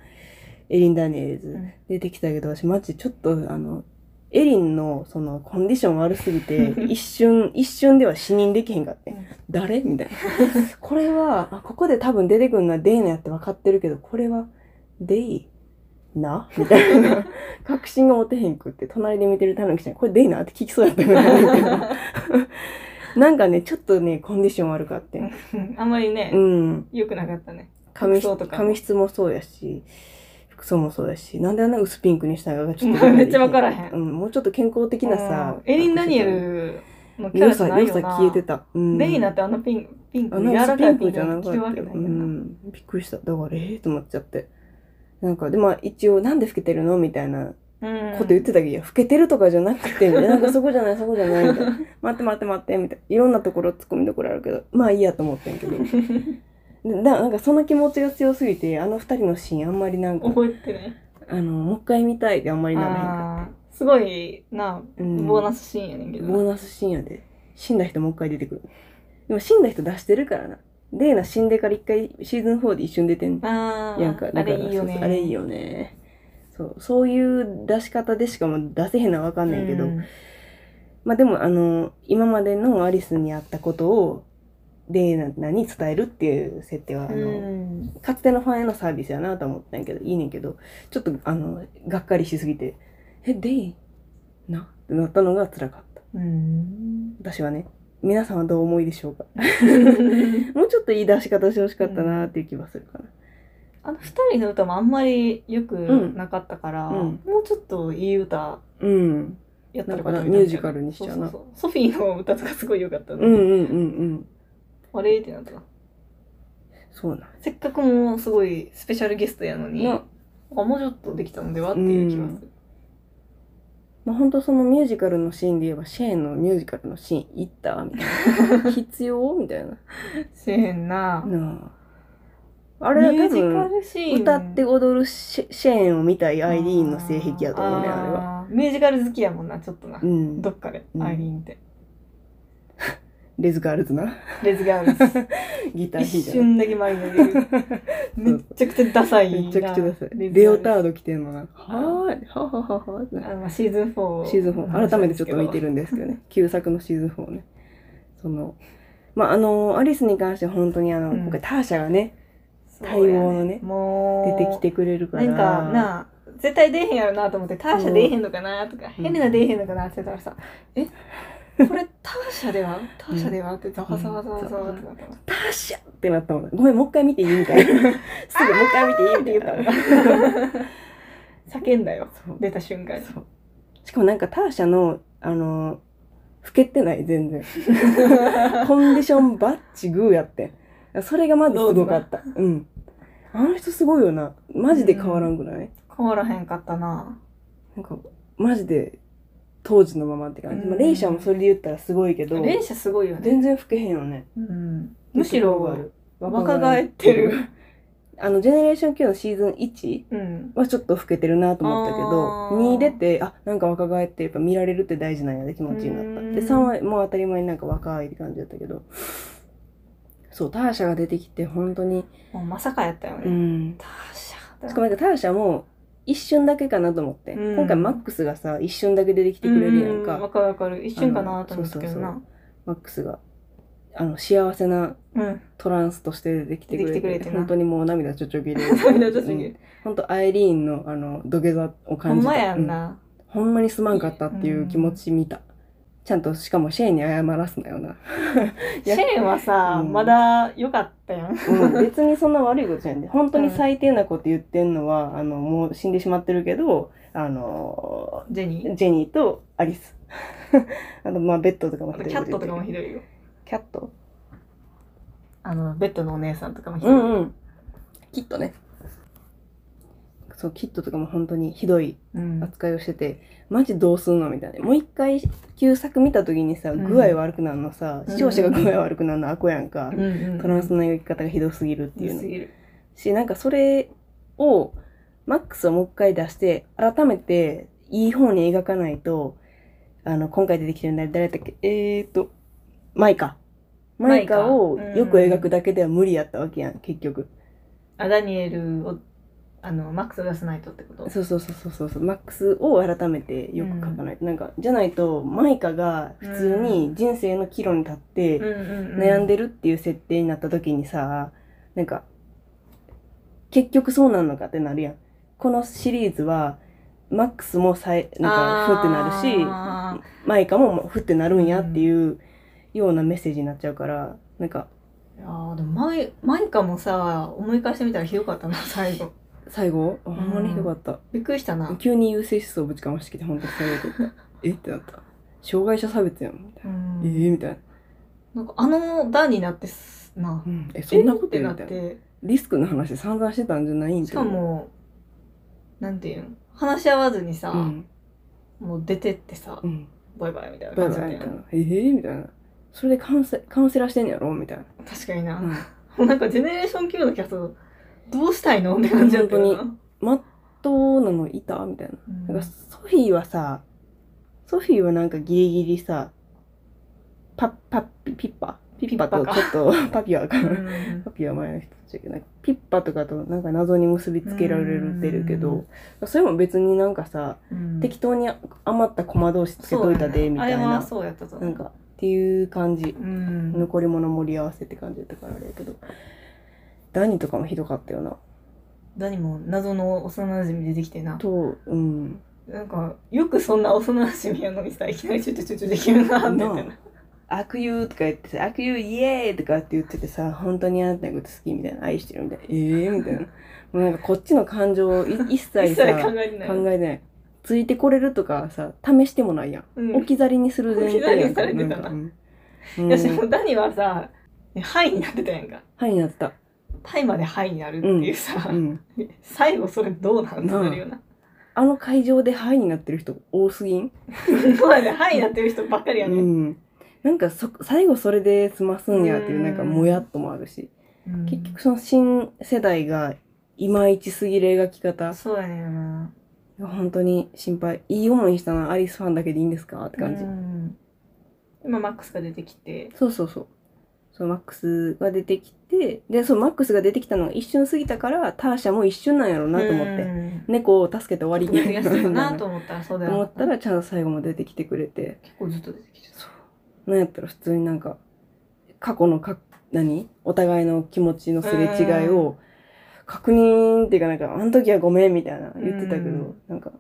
[SPEAKER 1] エリン・ダニエルズ
[SPEAKER 2] ん
[SPEAKER 1] 出てきたけど私マジちょっとあのエリンのそのコンディション悪すぎ
[SPEAKER 2] <laughs>
[SPEAKER 1] て一瞬一瞬では死認できへんかって、
[SPEAKER 2] うん
[SPEAKER 1] 誰みたい
[SPEAKER 2] <laughs>
[SPEAKER 1] なこれはあここで多分出てくるのはデイナやって分かってるけどこれはデイなみたいな確信が持てへんくって隣で見てるタヌキちゃんこれデイナって聞きそうやったぐらいなんだけ
[SPEAKER 2] <laughs>
[SPEAKER 1] どなんかねちょっとねコンディション悪かって
[SPEAKER 2] あんまりね <laughs>
[SPEAKER 1] うん
[SPEAKER 2] 良くなかったね
[SPEAKER 1] 髪
[SPEAKER 2] 服装とかも
[SPEAKER 1] 髪質もそうやし服装もそうだし、なんであんな薄ピンクにしたのかがちょっと。
[SPEAKER 2] <laughs> めっちゃ分からへん
[SPEAKER 1] うん、もうちょっと健康的なさ
[SPEAKER 2] う。んエリン・ダニエルのキャ
[SPEAKER 1] 良
[SPEAKER 2] ラじ
[SPEAKER 1] さ、
[SPEAKER 2] ゃない
[SPEAKER 1] 良
[SPEAKER 2] よ
[SPEAKER 1] さ
[SPEAKER 2] な。
[SPEAKER 1] 消えてた。うん。
[SPEAKER 2] レイナってあのピンピン
[SPEAKER 1] あ
[SPEAKER 2] ク、
[SPEAKER 1] の
[SPEAKER 2] 柔ら
[SPEAKER 1] 薄
[SPEAKER 2] か
[SPEAKER 1] ピン
[SPEAKER 2] いピ
[SPEAKER 1] ク
[SPEAKER 2] ン
[SPEAKER 1] じ
[SPEAKER 2] ク
[SPEAKER 1] ゃなかって
[SPEAKER 2] 着
[SPEAKER 1] た
[SPEAKER 2] るわけ
[SPEAKER 1] よ。
[SPEAKER 2] な
[SPEAKER 1] う
[SPEAKER 2] いけどな。
[SPEAKER 1] ん。びっくりした。だから、ええと思っちゃって。なんか、でも一応、なんで老けてるのみたいな
[SPEAKER 2] うん
[SPEAKER 1] こと言ってたけど、いや、老けてるとかじゃなく
[SPEAKER 2] <laughs>
[SPEAKER 1] て、みたいな。なんかそこじゃない、そこじゃない、みたいな。待って待って待って、みたいな。いろんなところ突っ込みどころあるけど、まあいいやと思ったんやけど。でだなんかその気持ちが強すぎて、あの二人のシーンあんまりなんか、
[SPEAKER 2] 覚えてね。
[SPEAKER 1] あの、もう一回見たいってあんまりならへんか
[SPEAKER 2] あーすごいな、
[SPEAKER 1] ら。うん
[SPEAKER 2] ボーナスシーンやねんけどな。
[SPEAKER 1] ボーナスシーンやで。死んだ人もう一回出てくる。でも死んだ人出してるからな。レーナ死んでから一回シーズン4で一瞬出てん
[SPEAKER 2] あー
[SPEAKER 1] やんか。
[SPEAKER 2] あ
[SPEAKER 1] だから
[SPEAKER 2] れいいよ
[SPEAKER 1] そう
[SPEAKER 2] ね。
[SPEAKER 1] そうあれいいよね。そう、そういう出し方でしかも出せへんのはわかんないけど、
[SPEAKER 2] うん
[SPEAKER 1] まあでもあの、今までのアリスにあったことを、レーナに伝えるっていう設定は、あの、
[SPEAKER 2] うん
[SPEAKER 1] かつてのファンへのサービスやなと思ったんやけど、いいねんけど、ちょっと、あの、がっかりしすぎて、え、デイなってなったのが辛かった。 <laughs>
[SPEAKER 2] うん。
[SPEAKER 1] 私はね、皆さんはどう思いでしょうか <laughs> もうちょっといい出し方してほしかったなっていう気はするかな。
[SPEAKER 2] あの二人の歌もあんまりよくなかったから、
[SPEAKER 1] うん
[SPEAKER 2] もうちょっといい歌
[SPEAKER 1] うん。
[SPEAKER 2] やった
[SPEAKER 1] な
[SPEAKER 2] の
[SPEAKER 1] ん
[SPEAKER 2] か
[SPEAKER 1] か
[SPEAKER 2] な
[SPEAKER 1] な、
[SPEAKER 2] みたい
[SPEAKER 1] ミュージカルにし
[SPEAKER 2] そう
[SPEAKER 1] ちゃ
[SPEAKER 2] そうう
[SPEAKER 1] な。
[SPEAKER 2] そうソフィーの歌とかすごい良かったね、
[SPEAKER 1] うんうんうんうん。
[SPEAKER 2] あれってなったな
[SPEAKER 1] そうなん
[SPEAKER 2] せっかくもうすごいスペシャルゲストやのに、
[SPEAKER 1] な
[SPEAKER 2] あもうちょっとできたのではっていう気がする、
[SPEAKER 1] まあ、本当そのミュージカルのシーンで言えば、シェーンのミュージカルのシーン行ったみた <laughs> いな。必要みたいな。
[SPEAKER 2] せえへんな
[SPEAKER 1] なあ。あ
[SPEAKER 2] あ
[SPEAKER 1] れは
[SPEAKER 2] ミュ
[SPEAKER 1] 多
[SPEAKER 2] ージ
[SPEAKER 1] 分
[SPEAKER 2] カ、ルシーン
[SPEAKER 1] 歌って踊るシェシェーンを見たいアイリーンの性癖やと思うね
[SPEAKER 2] ー
[SPEAKER 1] あれは。
[SPEAKER 2] ーミュージカル好きやもんなちょっとな、
[SPEAKER 1] うん
[SPEAKER 2] ど、っかで、
[SPEAKER 1] うん
[SPEAKER 2] アイリーンって
[SPEAKER 1] レズガールズな <laughs>
[SPEAKER 2] レズガールズ
[SPEAKER 1] ギター弾い
[SPEAKER 2] 一
[SPEAKER 1] てな
[SPEAKER 2] 瞬だけ前に出てくるめっちゃくちゃダサいな
[SPEAKER 1] <laughs> めちゃくちゃダサい
[SPEAKER 2] ズ
[SPEAKER 1] レオ
[SPEAKER 2] ガルズ
[SPEAKER 1] タード着てんのなはーいはははは
[SPEAKER 2] あのまあシーズン4
[SPEAKER 1] シーズン4改めてちょっと見てるんですけどね旧作のシーズン4ねそのまああのアリスに関しては本当にあの、
[SPEAKER 2] うん
[SPEAKER 1] 今回ターシャがね
[SPEAKER 2] そうや
[SPEAKER 1] 待望のね
[SPEAKER 2] も
[SPEAKER 1] 出
[SPEAKER 2] う
[SPEAKER 1] てきてくれるから
[SPEAKER 2] なんかなあ絶対出えへんやろなと思ってターシャ出えへんのかなとか、
[SPEAKER 1] うん
[SPEAKER 2] ヘレナ出えへんのかなって言ったらさ「えこれターシャではターシャでは?」ってざわざわざわざわってなったの
[SPEAKER 1] ターシャってなったもんねごめんもう一回見ていいみ
[SPEAKER 2] <laughs>
[SPEAKER 1] たいなすぐもう一回見ていいって言ったもん
[SPEAKER 2] 叫んだよ
[SPEAKER 1] そう
[SPEAKER 2] 出た瞬間に
[SPEAKER 1] そうしかもなんかターシャのあの老けてない全然コンディションバッチグーやってんそれがまずすごかったうんあの人すごいよなマジで変わらんくない、
[SPEAKER 2] 変わらへんかったな
[SPEAKER 1] なんかマジで当時のままって感じ、ま
[SPEAKER 2] う
[SPEAKER 1] あ、
[SPEAKER 2] ん
[SPEAKER 1] レイシャもそれで言ったらすごいけど
[SPEAKER 2] 連射すごいよね、
[SPEAKER 1] 全然老けへんよね
[SPEAKER 2] うん、むしろ若
[SPEAKER 1] 若
[SPEAKER 2] 返
[SPEAKER 1] 返
[SPEAKER 2] っ
[SPEAKER 1] ってて
[SPEAKER 2] る
[SPEAKER 1] る、あのジェネレーション Q のシーズン1
[SPEAKER 2] うん、
[SPEAKER 1] はちょっと老けてるなと思ったけ
[SPEAKER 2] あー
[SPEAKER 1] ど2出てあなんか若返ってやっぱ見られるって大事なんやで気持ちにな
[SPEAKER 2] う
[SPEAKER 1] っ
[SPEAKER 2] ん
[SPEAKER 1] たで3はもう当たり前になんか若いって感じだったけどそうターシャが出てきて本当に
[SPEAKER 2] もうまさかやったよね、
[SPEAKER 1] うん
[SPEAKER 2] ターシャ
[SPEAKER 1] しかもなんかターシャも一瞬だけかなと思って、
[SPEAKER 2] うん
[SPEAKER 1] 今回マックスがさ一瞬だけ出てきてくれるやんか、
[SPEAKER 2] うわかるわかる一瞬かなと思ったけど
[SPEAKER 1] あの
[SPEAKER 2] な
[SPEAKER 1] マックスがあの幸せな <laughs>
[SPEAKER 2] うん
[SPEAKER 1] トランスとして出てきてくれて
[SPEAKER 2] 出てきてくれてな
[SPEAKER 1] 本当にもう涙ちょちょぎれ
[SPEAKER 2] <laughs> 涙ちょちょぎれ
[SPEAKER 1] うん本当アイリーンのあの土下座を
[SPEAKER 2] ほ
[SPEAKER 1] 感
[SPEAKER 2] ん
[SPEAKER 1] じた
[SPEAKER 2] まやん
[SPEAKER 1] うん
[SPEAKER 2] な、
[SPEAKER 1] ほんまにすまんかったっていう気持ち見た、ちゃんとしかもシェーンに謝らすなよな、い
[SPEAKER 2] シェ
[SPEAKER 1] や
[SPEAKER 2] ーンはさ、
[SPEAKER 1] うん
[SPEAKER 2] まだ良かったやん
[SPEAKER 1] うん、別にそんな悪いことじゃないんで本当に最低なこと言ってんのは、あのもう死んでしまってるけどあの
[SPEAKER 2] ジェニー
[SPEAKER 1] ジェニーとアリス <laughs> あのまあベッドとかも
[SPEAKER 2] あとキャットとかもひ
[SPEAKER 1] い
[SPEAKER 2] どいよ
[SPEAKER 1] キャット
[SPEAKER 2] あのベッドのお姉さんとかもひど
[SPEAKER 1] う
[SPEAKER 2] い、
[SPEAKER 1] んうん。キットね。そう、キットとかも本当にひどい
[SPEAKER 2] うん
[SPEAKER 1] 扱いをしてて、マジどうすんのみたいな。もう一回、旧作見た時にさ、
[SPEAKER 2] ん
[SPEAKER 1] 具合悪くなるのさ、
[SPEAKER 2] うん
[SPEAKER 1] 視聴者が具合悪くなるのアコやんか
[SPEAKER 2] う。んうん
[SPEAKER 1] トランスの言い方がひどすぎるっていう
[SPEAKER 2] す
[SPEAKER 1] の。
[SPEAKER 2] ぎる
[SPEAKER 1] し、なんかそれを、マックスをもう一回出して、改めて、いい方に描かないと、あの、今回出てきてる誰誰だっけえーと、マイカ。マイカを
[SPEAKER 2] マイカ
[SPEAKER 1] よく描くだけでは無理やったわけやん、結局。
[SPEAKER 2] あダニエルをあのマックスを出さないとってこと
[SPEAKER 1] そうそうそうそうそうそうマックスを改めてよく書かないと、なんかじゃないとマイカが普通に人生の岐路に立って
[SPEAKER 2] んうん
[SPEAKER 1] 悩んで
[SPEAKER 2] で
[SPEAKER 1] るっていう設定になった時にさなんか結局そうなんのかってなるやんこのシリーズはマックスもさえなんかふってなるしマイカもふってなるんやっていうようなメッセージになっちゃうからなんか
[SPEAKER 2] いやーでもマイマイカもさ思い返してみたらひどかったな最後
[SPEAKER 1] 最後あほんまにひどかった。
[SPEAKER 2] びっくりしたな。
[SPEAKER 1] 急に優性思想ぶちかましてきて、本当に最後だったえってなった。障害者差別やん。みたいな
[SPEAKER 2] うん
[SPEAKER 1] えーみたいな。
[SPEAKER 2] なんかあの段になってすな。
[SPEAKER 1] うんえ、そんなこと
[SPEAKER 2] え
[SPEAKER 1] 言う
[SPEAKER 2] っ
[SPEAKER 1] み
[SPEAKER 2] て
[SPEAKER 1] た
[SPEAKER 2] ないっ
[SPEAKER 1] な。
[SPEAKER 2] て、
[SPEAKER 1] リスクの話散々してたんじゃないん
[SPEAKER 2] しか、も、なんていうの話し合わずにさ、
[SPEAKER 1] うん。
[SPEAKER 2] もう出てってさ
[SPEAKER 1] う、ん。
[SPEAKER 2] バイバイみたいな
[SPEAKER 1] バイ
[SPEAKER 2] 感じだ
[SPEAKER 1] バ
[SPEAKER 2] っ
[SPEAKER 1] イ
[SPEAKER 2] た
[SPEAKER 1] みたい
[SPEAKER 2] よね
[SPEAKER 1] な。えーみたいな。それでカウンセカウンセラーしてんやろみたいな。
[SPEAKER 2] 確かにな。
[SPEAKER 1] うん
[SPEAKER 2] もうなんかジェネレーション Q のキャスト、どうしたいのって感じだったよな。
[SPEAKER 1] まっとうなのいたみたいな。
[SPEAKER 2] う
[SPEAKER 1] なんんかソフィーはさ、ソフィーはなんかギリギリさ、パッパッピピッパピッパと
[SPEAKER 2] ピッパか
[SPEAKER 1] ちょっとパピアか
[SPEAKER 2] う
[SPEAKER 1] な。
[SPEAKER 2] ん
[SPEAKER 1] パピアは前の人たちだけど、なんかピッパとかとなんか謎に結びつけられてるけど、それも別になんかさ、
[SPEAKER 2] うん
[SPEAKER 1] <laughs> 適当に余った駒同士つけといたで、みたい
[SPEAKER 2] そうだねあれは
[SPEAKER 1] な。
[SPEAKER 2] そうやったと思
[SPEAKER 1] な
[SPEAKER 2] うん
[SPEAKER 1] か、っていう感じ。
[SPEAKER 2] うん
[SPEAKER 1] 残り物盛り合わせって感じだったからあれやけど。ダニとかもひどかったよな。
[SPEAKER 2] 何も謎の幼馴染出てきてな
[SPEAKER 1] と、うん。
[SPEAKER 2] なんかよくそんな幼馴染やのにさいきなりチュチュチュチュできるなって言ってな
[SPEAKER 1] 悪友とか言ってさ、悪友イエーイとかって言っててさ、本当にあなたのこと好きみたいな、愛してるみたいな、ええみたいな。もうなんかこっちの感情をい一
[SPEAKER 2] 一
[SPEAKER 1] 切
[SPEAKER 2] 切
[SPEAKER 1] さ、
[SPEAKER 2] 考えてない
[SPEAKER 1] 考えない。ついてこれるとかさ、試してもないやん。
[SPEAKER 2] うん
[SPEAKER 1] 置き去りにする前提やんか。
[SPEAKER 2] 置き去りにされてたなん
[SPEAKER 1] かう
[SPEAKER 2] い
[SPEAKER 1] ん
[SPEAKER 2] やし
[SPEAKER 1] うん
[SPEAKER 2] もダニはさハイになってたやんか
[SPEAKER 1] はい、なってた。
[SPEAKER 2] タイまでハイになるっていうさ、
[SPEAKER 1] うん。
[SPEAKER 2] 最後それどうなんってなるよな
[SPEAKER 1] あの会場ではいになってる人多すぎん
[SPEAKER 2] そうだねハイになってる人ばっかり
[SPEAKER 1] う
[SPEAKER 2] やね、
[SPEAKER 1] ん。なんかそ、最後それで済ますんやっていうう、
[SPEAKER 2] ん
[SPEAKER 1] なんかもやっともあるし。
[SPEAKER 2] うん
[SPEAKER 1] 結局その新世代が、いまいちすぎる描き方。
[SPEAKER 2] そうやねんない
[SPEAKER 1] や本当に心配。いい思いしたのはアリスファンだけでいいんですかって感じ。
[SPEAKER 2] うん今マックスが出てきて
[SPEAKER 1] そうそうそう。そう、マックスが出てきて、で、そう、マックスが出てきたのが一瞬過ぎたから、ターシャも一瞬なんやろうなと思って。
[SPEAKER 2] て
[SPEAKER 1] 猫を助けて終わり
[SPEAKER 2] やすいかなと
[SPEAKER 1] 思
[SPEAKER 2] 思ったらそうだよな
[SPEAKER 1] ったら、ちゃんと最後も出てきてくれて。
[SPEAKER 2] 結構ずっと出てきてた
[SPEAKER 1] なんやったら普通になんか、過去のか、何お互いの気持ちのすれ違いを、確認っていうかなんか、あの時はごめんみたいな言ってたけど、
[SPEAKER 2] うん
[SPEAKER 1] なんか、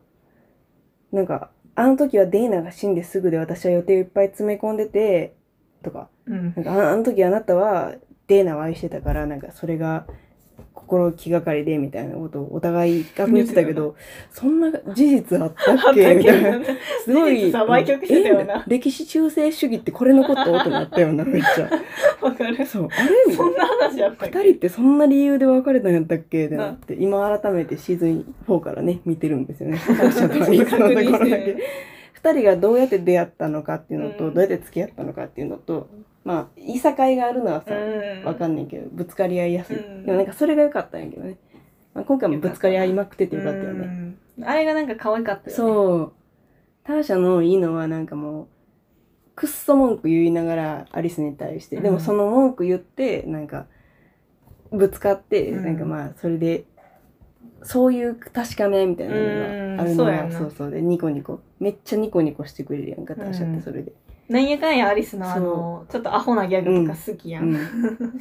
[SPEAKER 1] なんか、あの時はデイナが死んですぐで私は予定をいっぱい詰め込んでて、とか、
[SPEAKER 2] うん
[SPEAKER 1] なんかああの時あなたはデーナを愛してたからなんかそれが心気がかりでみたいなことをお互い確認してたけどそんな事実あったっけみたいなすご
[SPEAKER 2] 事
[SPEAKER 1] い
[SPEAKER 2] 実は歪曲してたよな
[SPEAKER 1] えみい歴史中性主義ってこれのことってなったよなめっちゃ
[SPEAKER 2] わかる。
[SPEAKER 1] そうあれみた
[SPEAKER 2] そ
[SPEAKER 1] い
[SPEAKER 2] んな話やったっ
[SPEAKER 1] な
[SPEAKER 2] け
[SPEAKER 1] 2人ってそんな理由で別れたんやったっけってなって今改めてシーズン4からね見てるんですよ
[SPEAKER 2] <laughs>
[SPEAKER 1] ね最初とはいいそのところだけ2人がどうやって出会ったのかっていうのと、
[SPEAKER 2] うん
[SPEAKER 1] どうやって付き合ったのかっていうのとまあいさかいがあるのはさ、
[SPEAKER 2] うん。
[SPEAKER 1] わかんないけど、ぶつかり合いやすい。
[SPEAKER 2] うん
[SPEAKER 1] でもなんかそれが良かったんやけどね。まあ、今回もぶつかり合いまくっててよかったよね。
[SPEAKER 2] うん。あれがなんか可愛かったよね。う。
[SPEAKER 1] そう。ターシャのいいのはなんかもう、くっそ文句言いながらアリスに対して、
[SPEAKER 2] うん
[SPEAKER 1] でもその文句言って、なんか、ぶつかって、
[SPEAKER 2] うん
[SPEAKER 1] なんかまあ、それで、そういう確かめみたいなのがあるの
[SPEAKER 2] うんそうや
[SPEAKER 1] が、
[SPEAKER 2] な
[SPEAKER 1] そうそうで、ニコニコ。めっちゃニコニコしてくれるやんか、ターシャってそれで。
[SPEAKER 2] なんやかんやアリスのあ
[SPEAKER 1] そ
[SPEAKER 2] の、ちょっとアホなギャグとか好きやん。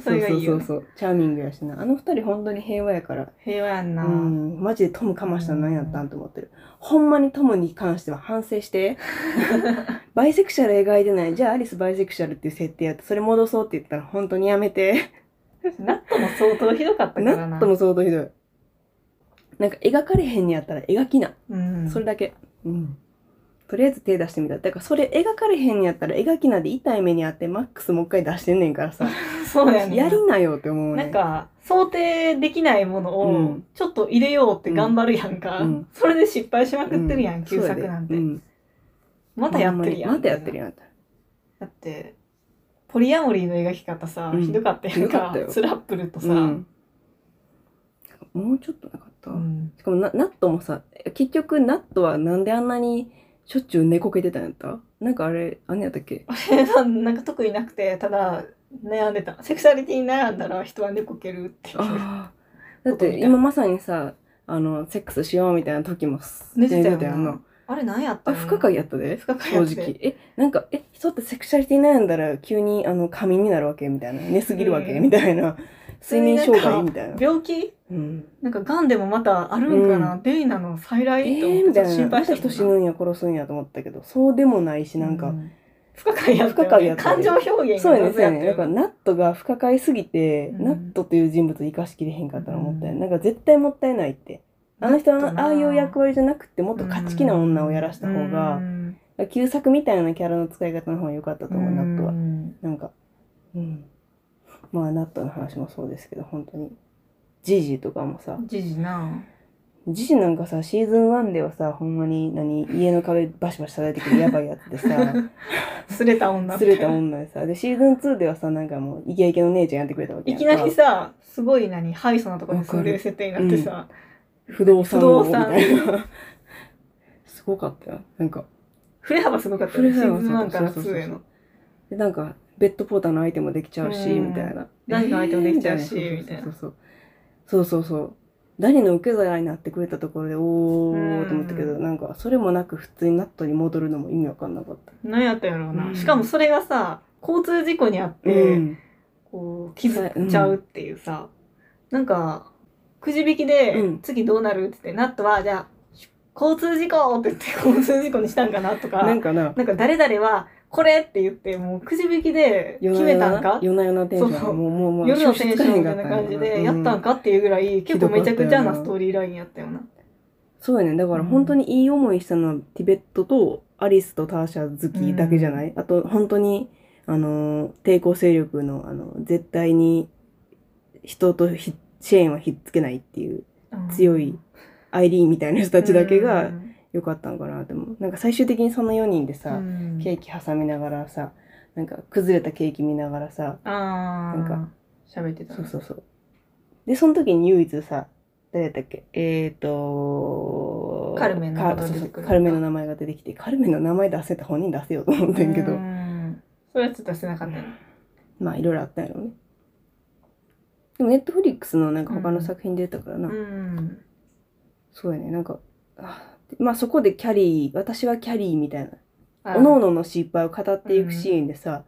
[SPEAKER 2] それがいい
[SPEAKER 1] そ
[SPEAKER 2] よ
[SPEAKER 1] う
[SPEAKER 2] ね。
[SPEAKER 1] そうそうそう。チャーミングやしな。あの二人本当に平和やから、
[SPEAKER 2] 平和やんな。
[SPEAKER 1] うん、マジでトムかましたの何やったんと思ってる。ほんまにトムに関しては反省
[SPEAKER 2] <laughs>
[SPEAKER 1] して。バイセクシャル描いてない。じゃあアリスバイセクシャルっていう設定やって、それ戻そうって言ったら本当にやめて。
[SPEAKER 2] ナットも相当ひどかったか
[SPEAKER 1] ナ
[SPEAKER 2] らな。
[SPEAKER 1] ットも相当ひどい。なんか描かれへんにやったら描きな。
[SPEAKER 2] うん。
[SPEAKER 1] それだけ。うん。とりあえず手出してみた。だからそれ描かれへんにやったら描きなで痛い目にあってマックスもう一回出してんねんからさ。
[SPEAKER 2] そうやね。
[SPEAKER 1] やりなよって思うね。
[SPEAKER 2] なんか、想定できないもの
[SPEAKER 1] う
[SPEAKER 2] を
[SPEAKER 1] ん、
[SPEAKER 2] ちょっと入れようって頑張るやんか
[SPEAKER 1] うん。
[SPEAKER 2] それで失敗しまくってるや、
[SPEAKER 1] うん
[SPEAKER 2] 旧作なんて
[SPEAKER 1] そう。でうん
[SPEAKER 2] またやってるやん。
[SPEAKER 1] またやってるやん。
[SPEAKER 2] だってポリアモリーの描き方さ、
[SPEAKER 1] うん
[SPEAKER 2] ひどかったや
[SPEAKER 1] ひ
[SPEAKER 2] ん
[SPEAKER 1] どか
[SPEAKER 2] か
[SPEAKER 1] ったよ
[SPEAKER 2] スラップルとさ、
[SPEAKER 1] うん、もうちょっとなかった、
[SPEAKER 2] うん
[SPEAKER 1] しかもなナットもさ結局ナットはなんであんなにしょっちゅう寝こけてたんやったなんかあれあんねやったっけ
[SPEAKER 2] あれはなんか特になくてただ悩んでたセクシャリティに悩んだら人は猫蹴るっていう
[SPEAKER 1] あーだって今まさにさあのセックスしようみたいな時も
[SPEAKER 2] 寝てたよな
[SPEAKER 1] やんな
[SPEAKER 2] あれ何やった
[SPEAKER 1] あ
[SPEAKER 2] の
[SPEAKER 1] 不可解やったで
[SPEAKER 2] 不可解
[SPEAKER 1] 正
[SPEAKER 2] やって
[SPEAKER 1] 直えなんかえ人ってセクシャリティ悩んだら急にあの仮眠になるわけみたいな寝すぎるわけ、
[SPEAKER 2] うん
[SPEAKER 1] みたいな睡眠障害みたいな
[SPEAKER 2] 病気
[SPEAKER 1] うん
[SPEAKER 2] なんか癌でもまたあるんかな、
[SPEAKER 1] う
[SPEAKER 2] デイナの再来
[SPEAKER 1] え
[SPEAKER 2] と思
[SPEAKER 1] ー、
[SPEAKER 2] っ
[SPEAKER 1] み
[SPEAKER 2] て
[SPEAKER 1] た
[SPEAKER 2] ちょ
[SPEAKER 1] いな
[SPEAKER 2] っと心
[SPEAKER 1] ま
[SPEAKER 2] 配したたもん
[SPEAKER 1] 人死ぬんや殺すんやと思ったけどそうでもないしなんか、
[SPEAKER 2] うん不可解やった
[SPEAKER 1] 不可解
[SPEAKER 2] よ
[SPEAKER 1] や
[SPEAKER 2] ね。
[SPEAKER 1] ったよ
[SPEAKER 2] 感
[SPEAKER 1] ね
[SPEAKER 2] 情表現
[SPEAKER 1] そうやね、そうや
[SPEAKER 2] 謎
[SPEAKER 1] ね。だ
[SPEAKER 2] やっ
[SPEAKER 1] か
[SPEAKER 2] た
[SPEAKER 1] ら、
[SPEAKER 2] よね
[SPEAKER 1] ナットが不可解すぎて、
[SPEAKER 2] うん
[SPEAKER 1] ナットという人物を生かしきれへんかったのもったいな
[SPEAKER 2] う
[SPEAKER 1] い。
[SPEAKER 2] ん
[SPEAKER 1] なんか絶対もったいないって。あの人
[SPEAKER 2] ナット
[SPEAKER 1] は
[SPEAKER 2] な
[SPEAKER 1] ああいう役割じゃなくて、もっと勝ち気な女をやらした方が、
[SPEAKER 2] うん
[SPEAKER 1] 旧作みたいなキャラの使い方の方が良かったと思う、ナットは
[SPEAKER 2] う。ん
[SPEAKER 1] なんか、うん。まあ、ナットの話もそうですけど、本当に。ジジとかもさ、
[SPEAKER 2] ジジな
[SPEAKER 1] ジジなんかさ、シーズン1ではさ、ほんまに何、家の壁バシバシ叩いてくるやばいやつでさ、
[SPEAKER 2] すれた女
[SPEAKER 1] すれた女でさ、で、シーズン2ではさ、なんかもう、イケイケの姉ちゃんやってくれたわけ
[SPEAKER 2] い
[SPEAKER 1] やん
[SPEAKER 2] き
[SPEAKER 1] か
[SPEAKER 2] なりさすごい何ハイソなところに住んでる設定になってさ、
[SPEAKER 1] 不動産
[SPEAKER 2] 不動
[SPEAKER 1] 王み
[SPEAKER 2] 産
[SPEAKER 1] たいな。すごかったよ。なんか、
[SPEAKER 2] 振れ幅すごかった
[SPEAKER 1] フ
[SPEAKER 2] ね
[SPEAKER 1] ル
[SPEAKER 2] シ
[SPEAKER 1] ハウ
[SPEAKER 2] ー
[SPEAKER 1] ス
[SPEAKER 2] ズン1から
[SPEAKER 1] そうそうそ
[SPEAKER 2] 2
[SPEAKER 1] う
[SPEAKER 2] へ
[SPEAKER 1] そ
[SPEAKER 2] の
[SPEAKER 1] う。で、なんか、ベッドポーターの相手もできちゃうし、
[SPEAKER 2] うん
[SPEAKER 1] みたいな。
[SPEAKER 2] 何の相手もできちゃうし
[SPEAKER 1] えー
[SPEAKER 2] みたいな
[SPEAKER 1] そうそうそうそうそうそうそう。誰の受け皿になってくれたところで、おーと思ったけど、
[SPEAKER 2] うん
[SPEAKER 1] なんか、それもなく普通にナットに戻るのも意味わかんなかった。
[SPEAKER 2] 何やったんやろうな、
[SPEAKER 1] うん
[SPEAKER 2] しかもそれがさ交通事故にあって、
[SPEAKER 1] うん
[SPEAKER 2] こう気づっちゃうっていうさ、なんかくじ引きで
[SPEAKER 1] うん
[SPEAKER 2] 次どうなるって言って、ナットはじゃあ交通事故って言って交通事故にしたんかなとか
[SPEAKER 1] なんかな、
[SPEAKER 2] なんか誰々はこれって言ってもうくじ引きで
[SPEAKER 1] 夜な
[SPEAKER 2] 決め
[SPEAKER 1] 夜
[SPEAKER 2] たん
[SPEAKER 1] な
[SPEAKER 2] か、
[SPEAKER 1] 夜な夜なテンションが
[SPEAKER 2] そう
[SPEAKER 1] もう、もう、もう、
[SPEAKER 2] 夜のテンションみたい
[SPEAKER 1] 収
[SPEAKER 2] な
[SPEAKER 1] 拾つかへん
[SPEAKER 2] 感
[SPEAKER 1] か
[SPEAKER 2] じ
[SPEAKER 1] た
[SPEAKER 2] で
[SPEAKER 1] よ
[SPEAKER 2] やったんかっていうぐらい結構めちゃくちゃなストーリーラインやったよな。
[SPEAKER 1] そうやね。だから本当にいい思いしたのはティベットとアリスとターシャ好きだけじゃない、あと本当に、あのー、抵抗勢力の、あの、絶対に人とひ支援はひっつけないっていう強いアイリーンみたいな人たちだけが良かったのかなって思う。なんか最終的にその4人でさ、ケーキ挟みながらさ、なんか崩れたケーキ見ながらさ、
[SPEAKER 2] あ
[SPEAKER 1] なん
[SPEAKER 2] か
[SPEAKER 1] か
[SPEAKER 2] 喋ってた
[SPEAKER 1] そうそうそう。で、その時に唯一さ、誰だったっけえーと
[SPEAKER 2] カルメンの名前
[SPEAKER 1] か
[SPEAKER 2] が
[SPEAKER 1] そうそ
[SPEAKER 2] 出て
[SPEAKER 1] う
[SPEAKER 2] くる
[SPEAKER 1] カルメンの名前が出てきて、カルメンの名前出せた本人出せようと思ってんけ
[SPEAKER 2] う
[SPEAKER 1] ど、
[SPEAKER 2] んそれはちょっとしてなかったよね
[SPEAKER 1] まあいろいろあったんやろうね。でもネットフリックスのなんか他の作品出たからな、
[SPEAKER 2] うん
[SPEAKER 1] そうやね、なんか、あまあそこでキャリー、私はキャリーみたいな、
[SPEAKER 2] あ
[SPEAKER 1] 各々の失敗を語っていくシーンでさ、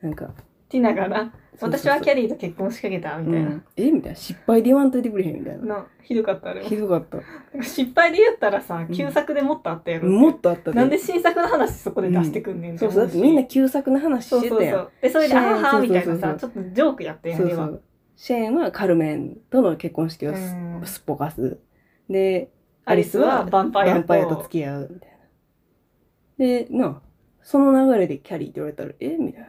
[SPEAKER 1] なんか、
[SPEAKER 2] ティナがな私はキャ
[SPEAKER 1] リ
[SPEAKER 2] リーと結婚しかけた
[SPEAKER 1] ー
[SPEAKER 2] みたいな
[SPEAKER 1] えみたいな、失敗で言わんといてくれへんみたいな。
[SPEAKER 2] のひどかったあれも
[SPEAKER 1] ひどかった。
[SPEAKER 2] なんか失敗で言ったらさ
[SPEAKER 1] うん
[SPEAKER 2] 旧作でもっとあったやろ
[SPEAKER 1] もっとあった
[SPEAKER 2] なんで新作の話そこで出してくんねんって
[SPEAKER 1] そう
[SPEAKER 2] 思
[SPEAKER 1] そう、だ
[SPEAKER 2] う
[SPEAKER 1] っ
[SPEAKER 2] して
[SPEAKER 1] みんな旧作の話
[SPEAKER 2] そ
[SPEAKER 1] し
[SPEAKER 2] う
[SPEAKER 1] て
[SPEAKER 2] そう
[SPEAKER 1] た
[SPEAKER 2] そ
[SPEAKER 1] やん。
[SPEAKER 2] うでそれで「
[SPEAKER 1] シェーン
[SPEAKER 2] あはは」
[SPEAKER 1] そう
[SPEAKER 2] み
[SPEAKER 1] そう
[SPEAKER 2] たい
[SPEAKER 1] そう
[SPEAKER 2] なさちょっとジョークやってやん
[SPEAKER 1] そう
[SPEAKER 2] で
[SPEAKER 1] そ
[SPEAKER 2] は
[SPEAKER 1] う。シェーンはカルメンとの結婚式をす,、
[SPEAKER 2] うん
[SPEAKER 1] ぽかす。で、
[SPEAKER 2] アリスはヴァンパイ
[SPEAKER 1] ヴァ
[SPEAKER 2] ア
[SPEAKER 1] ンパイアと付き合うみたいな。で、なあ、その流れでキャリーって言われたら、えみたい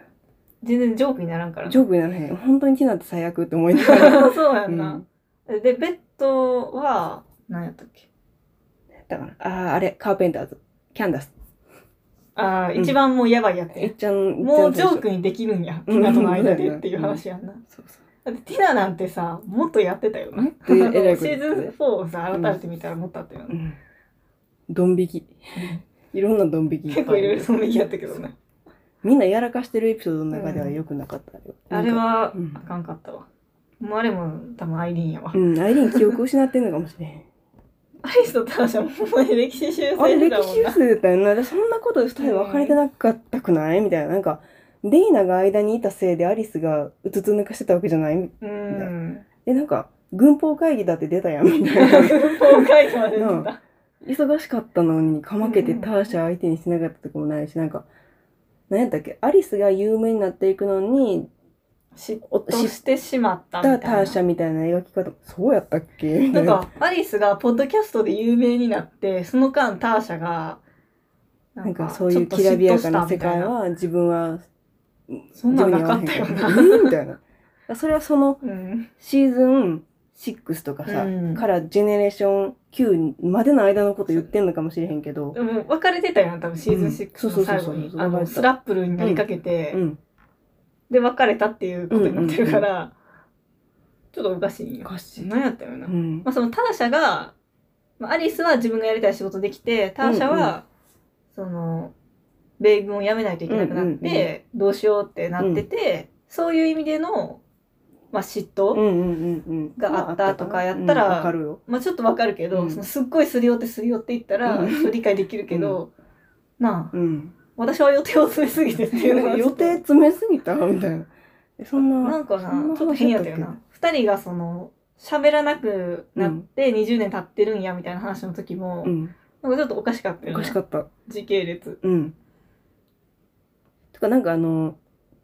[SPEAKER 2] 全然ジョークにならんか
[SPEAKER 1] な。
[SPEAKER 2] らな
[SPEAKER 1] ジョークにならへん。本当にティナって最悪って思いながら。
[SPEAKER 2] <laughs> そうや
[SPEAKER 1] うんん、
[SPEAKER 2] な、でベッドは何やったっけ
[SPEAKER 1] だから、ああ、あれ、カーペンターズ、キャンダス。
[SPEAKER 2] ああ、
[SPEAKER 1] うん
[SPEAKER 2] 一番もうやばいやつ
[SPEAKER 1] い
[SPEAKER 2] や
[SPEAKER 1] っちゃん、
[SPEAKER 2] もうジョー
[SPEAKER 1] ク
[SPEAKER 2] クにできるんやテ
[SPEAKER 1] うん
[SPEAKER 2] ィナとの間でっていう話やんな、
[SPEAKER 1] そうそう。
[SPEAKER 2] だってティナなんてさもっとやってたよな、
[SPEAKER 1] もっ
[SPEAKER 2] あ
[SPEAKER 1] と
[SPEAKER 2] の
[SPEAKER 1] えらいこ
[SPEAKER 2] <laughs> シ
[SPEAKER 1] とや
[SPEAKER 2] ー
[SPEAKER 1] ってた
[SPEAKER 2] ズン4をさ改めて見たらもっとあったよな、
[SPEAKER 1] うん。ドン引き。いろんなドン引き。
[SPEAKER 2] 結構いろいろそのやったけどね
[SPEAKER 1] みんなやらかしてるエピソードの中では良くなかったよ。
[SPEAKER 2] あれは
[SPEAKER 1] うん
[SPEAKER 2] あかんかったわもうあれも多分アイリーンやわ、
[SPEAKER 1] うん、アイリーン記憶失ってんのかもしれへ
[SPEAKER 2] <laughs>
[SPEAKER 1] ん。
[SPEAKER 2] アリスとターシャもほんまに歴史修
[SPEAKER 1] あれ、
[SPEAKER 2] 正して
[SPEAKER 1] 歴
[SPEAKER 2] たもん
[SPEAKER 1] 史
[SPEAKER 2] な
[SPEAKER 1] 薄だったよな。でそんなことで二人別れてなかったくないみたいな。なんか、デイナが間にいたせいでアリスがうつつ抜かしてたわけじゃない
[SPEAKER 2] うん <laughs>
[SPEAKER 1] え、なんか、軍法会議だって出たやん、みたいな。 <laughs>
[SPEAKER 2] 文法会議まで出てた
[SPEAKER 1] 忙しかったのに、かまけて
[SPEAKER 2] うん
[SPEAKER 1] ターシャ相手にしてなかったとこもないし、なんか、何やったっけアリスが有名になっていくのに、
[SPEAKER 2] 嫉
[SPEAKER 1] お
[SPEAKER 2] 妬
[SPEAKER 1] 知っ
[SPEAKER 2] してしまった
[SPEAKER 1] た
[SPEAKER 2] みたい
[SPEAKER 1] タ
[SPEAKER 2] な
[SPEAKER 1] ーシャみたいな描き方、そうやったっけみた
[SPEAKER 2] ないん
[SPEAKER 1] な。
[SPEAKER 2] か、アリスがポッドキャストで有名になって、その間、ターシャが、な
[SPEAKER 1] なんかそういうきらびやかな世界
[SPEAKER 2] ちょっと嫉妬したみ
[SPEAKER 1] は自分は
[SPEAKER 2] そんなんなかったよ
[SPEAKER 1] 自 <laughs>
[SPEAKER 2] な
[SPEAKER 1] 分に合わへんからえーみたいな。それはその <laughs>
[SPEAKER 2] たいな。うん。
[SPEAKER 1] シーズン6とかさ、
[SPEAKER 2] うん
[SPEAKER 1] からジェネレーション9までの間のこと言ってんのかもしれへんけど
[SPEAKER 2] で、も、別れてたよな、多分シーズ
[SPEAKER 1] う
[SPEAKER 2] ン
[SPEAKER 1] ん
[SPEAKER 2] 6の最後
[SPEAKER 1] そうそうそう
[SPEAKER 2] に。
[SPEAKER 1] そう
[SPEAKER 2] あ
[SPEAKER 1] 別れ
[SPEAKER 2] の、
[SPEAKER 1] た
[SPEAKER 2] スラップルになりかけて、
[SPEAKER 1] うん、
[SPEAKER 2] で、別れたっていうことになってるから、ちょっとおかしい
[SPEAKER 1] お
[SPEAKER 2] よ。
[SPEAKER 1] かしい。
[SPEAKER 2] 何やったよな。
[SPEAKER 1] うん、
[SPEAKER 2] まあ、そのターシャが、まあアリスは自分がやりたい仕事できて、ターシャは、その、米軍を辞めないといけなくな
[SPEAKER 1] うん
[SPEAKER 2] っ
[SPEAKER 1] うんう
[SPEAKER 2] て、どうしようってなってて、そういう意味での、まあ、嫉妬、
[SPEAKER 1] うんうんうんうん
[SPEAKER 2] があったとかやったら
[SPEAKER 1] うんわかるよ。
[SPEAKER 2] まあちょっとわかるけど、
[SPEAKER 1] うん
[SPEAKER 2] そのすっごいすり寄ってすり寄っていったら、
[SPEAKER 1] うん
[SPEAKER 2] ちょっと理解できるけど、なあ、
[SPEAKER 1] うん。
[SPEAKER 2] 私は予定を詰めすぎてっていうのはちょ
[SPEAKER 1] 予
[SPEAKER 2] っと
[SPEAKER 1] 定詰めすぎたみたいな。えそんな。
[SPEAKER 2] なんか
[SPEAKER 1] そ
[SPEAKER 2] な、
[SPEAKER 1] ん話
[SPEAKER 2] ちょっと変やったよな。二人がその、喋らなくなって20年経ってるんやみたいな話の時も、
[SPEAKER 1] っけ。うん。
[SPEAKER 2] なんかちょっとおかしかったよ
[SPEAKER 1] お
[SPEAKER 2] な
[SPEAKER 1] かしかった。
[SPEAKER 2] 時系列。
[SPEAKER 1] うん。かなんかあの、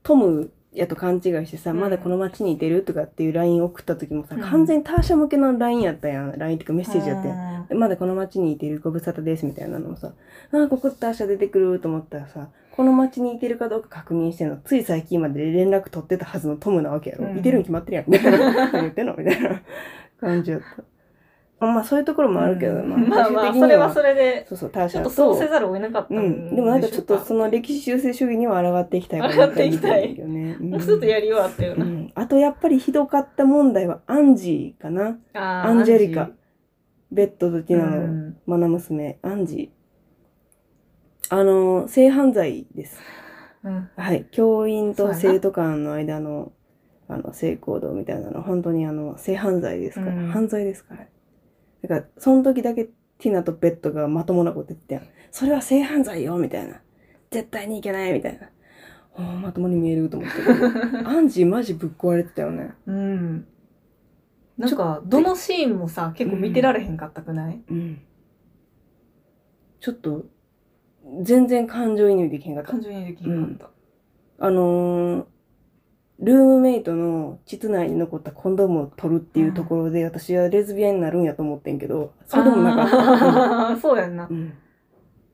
[SPEAKER 1] トムやと勘違いしてさ、
[SPEAKER 2] うん
[SPEAKER 1] まだこの街にいてるとかっていう LINE 送った時もさ、
[SPEAKER 2] うん
[SPEAKER 1] 完全にターシャ向けの LINE やったやん。LINE っていうかメッセージやったやん。
[SPEAKER 2] て。
[SPEAKER 1] でまだこの街にいてるご無沙汰ですみたいなのもさ、あーここターシャ出てくると思ったらさ、この街にいてるかどうか確認してんの、つい最近まで連絡取ってたはずのトムなわけやろ。
[SPEAKER 2] うん
[SPEAKER 1] いてるに決まってるやん、みたいな。何言ってんのみたいな感じやった。まあそういうところもあるけど、
[SPEAKER 2] うん
[SPEAKER 1] ま
[SPEAKER 2] ま
[SPEAKER 1] あ
[SPEAKER 2] あまあ、
[SPEAKER 1] 最終的に
[SPEAKER 2] それはそれで、
[SPEAKER 1] そうそう、ターシ
[SPEAKER 2] ちょ
[SPEAKER 1] ャ
[SPEAKER 2] っと
[SPEAKER 1] と、
[SPEAKER 2] そうせざるを得なかった
[SPEAKER 1] うんん、でもなんかちょっとその歴史修正主義には抗っていきたいかな
[SPEAKER 2] 抗っていきたい
[SPEAKER 1] って思ったんだけどね。
[SPEAKER 2] もう一つや
[SPEAKER 1] り
[SPEAKER 2] りようあったよ
[SPEAKER 1] う
[SPEAKER 2] な。
[SPEAKER 1] ん、あとやっぱりひどかった問題はアンジーかな。
[SPEAKER 2] あー
[SPEAKER 1] アンジェリカ。ベッドとティナの。
[SPEAKER 2] うん
[SPEAKER 1] マナ娘、アンジ。あの、性犯罪です。
[SPEAKER 2] うん
[SPEAKER 1] はい。教員
[SPEAKER 2] そ
[SPEAKER 1] と
[SPEAKER 2] うやな
[SPEAKER 1] 生徒間の間の、あの、性行動みたいなの、本当にあの、性犯罪ですから、
[SPEAKER 2] うん
[SPEAKER 1] 犯罪ですから。だから、その時だけティナとベッドがまともなこと言ってたやん。それは性犯罪よみたいな。絶対にいけないみたいな。おーまともに見えると思ったけど。
[SPEAKER 2] <laughs>
[SPEAKER 1] アンジマジぶっ壊れてたよね。
[SPEAKER 2] うん。なんか、どのシーンもさ、結構見てられへんかったくない
[SPEAKER 1] うん。ちょっと、全然感情移入できへんかった
[SPEAKER 2] 感。情にできへんかっ
[SPEAKER 1] あのールームメイトの膣内に残ったコンドームを取るっていうところで、私はレズビアンになるんやと思ってんけど、そ
[SPEAKER 2] た。
[SPEAKER 1] れでもなかった。
[SPEAKER 2] あー <laughs> そうやんな
[SPEAKER 1] う。ん。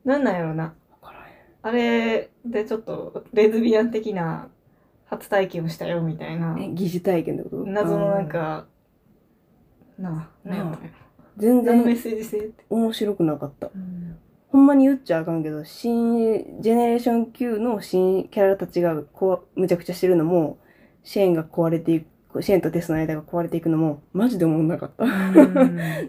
[SPEAKER 2] なんなんやろな。
[SPEAKER 1] わからへ
[SPEAKER 2] あれでちょっと、レズビアン的な初体験をしたよ、みたいな。
[SPEAKER 1] んえ疑似体験ってこと
[SPEAKER 2] 謎のなん
[SPEAKER 1] あ
[SPEAKER 2] か、なあ、なんやったんや
[SPEAKER 1] ー全
[SPEAKER 2] 謎のメッ
[SPEAKER 1] 然
[SPEAKER 2] セージ性って。
[SPEAKER 1] 面白くなかった。
[SPEAKER 2] うん
[SPEAKER 1] ほんまに言っちゃあかんけど、新、ジェネレーション級の新キャラたちがこうむちゃくちゃしてるのも、シェーンが壊れていく、シェーンとテスの間が壊れていくのも、マジで思んなか
[SPEAKER 2] <laughs>
[SPEAKER 1] った。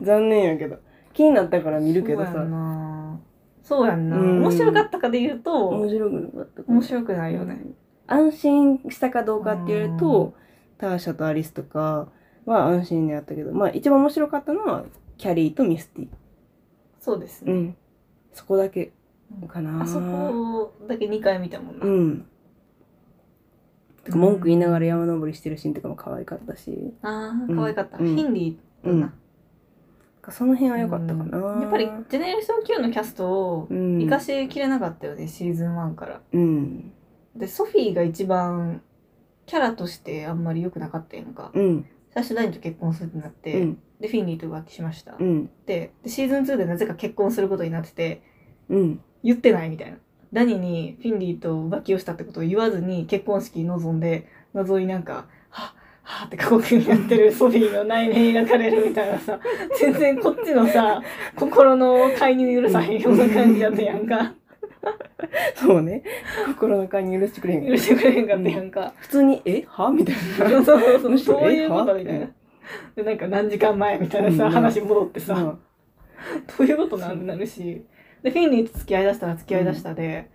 [SPEAKER 1] 残念やけど。気になったから見るけど
[SPEAKER 2] そうやん
[SPEAKER 1] さ、
[SPEAKER 2] なそうやんな、
[SPEAKER 1] うん
[SPEAKER 2] 面白かったかで言う
[SPEAKER 1] 面
[SPEAKER 2] と
[SPEAKER 1] 白くなかった。
[SPEAKER 2] 面白くないよね
[SPEAKER 1] 安心したかどうかって言われると、ターシャとアリスとかは安心にあったけど、まあ一番面白かったのはキャリーとミスティ。
[SPEAKER 2] そうです
[SPEAKER 1] う
[SPEAKER 2] ね、
[SPEAKER 1] ん。そこだけかな。
[SPEAKER 2] あそこだけ2回見たもんな、
[SPEAKER 1] うん。てか文句言いながら山登りしてるシーンとかも可愛かったし、なん
[SPEAKER 2] ああ可愛かった、
[SPEAKER 1] うん
[SPEAKER 2] ヒンディーだな、
[SPEAKER 1] かその辺は良かったかな。
[SPEAKER 2] やっぱりジェネレーション Q のキャストを
[SPEAKER 1] うん、
[SPEAKER 2] 生かしきれなかったよね、シーズン1から
[SPEAKER 1] うん。
[SPEAKER 2] でソフィーが一番キャラとしてあんまり良くなかったやんか
[SPEAKER 1] うん。
[SPEAKER 2] 最初何と結婚するってなっ
[SPEAKER 1] う
[SPEAKER 2] て、
[SPEAKER 1] ん。
[SPEAKER 2] でフィンリーと浮気しました、
[SPEAKER 1] うん。
[SPEAKER 2] ででシーズン2でなぜか結婚することになってて
[SPEAKER 1] うん。
[SPEAKER 2] 言ってないみたいな。ダニにフィンリーと浮気をしたってことを言わずに結婚式に臨んで、謎になんか、はっ、はっって過酷にやってるソフィーの内面描かれるみたいなさ、全然こっちのさ、心の介入許さへんような感じやったやんか。
[SPEAKER 1] そうね。心の会に許してくれへん
[SPEAKER 2] 許してくれへんかったやんか。
[SPEAKER 1] 普通に、えはみたい
[SPEAKER 2] そう <laughs>
[SPEAKER 1] な。
[SPEAKER 2] そうそ
[SPEAKER 1] む
[SPEAKER 2] う、
[SPEAKER 1] しろ
[SPEAKER 2] そういうこと
[SPEAKER 1] え
[SPEAKER 2] みたい
[SPEAKER 1] は
[SPEAKER 2] な。で、なんか何時間前みたいなさ、
[SPEAKER 1] うん
[SPEAKER 2] 話戻って
[SPEAKER 1] う
[SPEAKER 2] さ、
[SPEAKER 1] ん
[SPEAKER 2] どういうことなんてなるし。で、フィンリーと付き合いだしたら付き合いだしたで、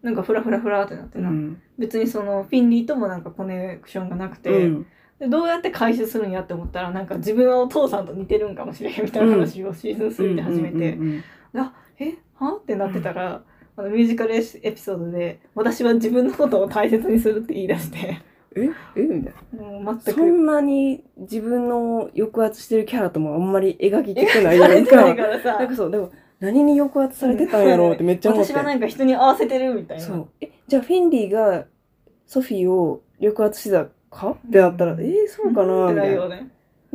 [SPEAKER 2] なんかフラフラフラってなってな。
[SPEAKER 1] うん。
[SPEAKER 2] 別にそのフィンリーともなんかコネクションがなくて、
[SPEAKER 1] うん。
[SPEAKER 2] でどうやって回収するんやって思ったらなんか自分はお父さんと似てるんかもしれへんみたいな話をシーズン3で始めて、
[SPEAKER 1] うんうん
[SPEAKER 2] えはってなってたら、あのミュージカルエピソードで私は自分のことを大切にするって言い出して
[SPEAKER 1] うんうんええみたいな。
[SPEAKER 2] もう
[SPEAKER 1] そ
[SPEAKER 2] 全く
[SPEAKER 1] んなに自分の抑圧してるキャラともあんまり描ききくないじゃ
[SPEAKER 2] さ
[SPEAKER 1] ないで
[SPEAKER 2] れて
[SPEAKER 1] す
[SPEAKER 2] <laughs> ない
[SPEAKER 1] か。
[SPEAKER 2] からさ
[SPEAKER 1] なんかそう、でも何に抑圧されてたんやろうってめっちゃ思っ
[SPEAKER 2] 私
[SPEAKER 1] て。
[SPEAKER 2] はなんか人に合わせてるみたいな
[SPEAKER 1] そう。え、じゃあフィンリーがソフィーを抑圧してたかってなったら、
[SPEAKER 2] うん
[SPEAKER 1] えーそうかなみ
[SPEAKER 2] ってな
[SPEAKER 1] たい
[SPEAKER 2] る
[SPEAKER 1] な
[SPEAKER 2] よ。ね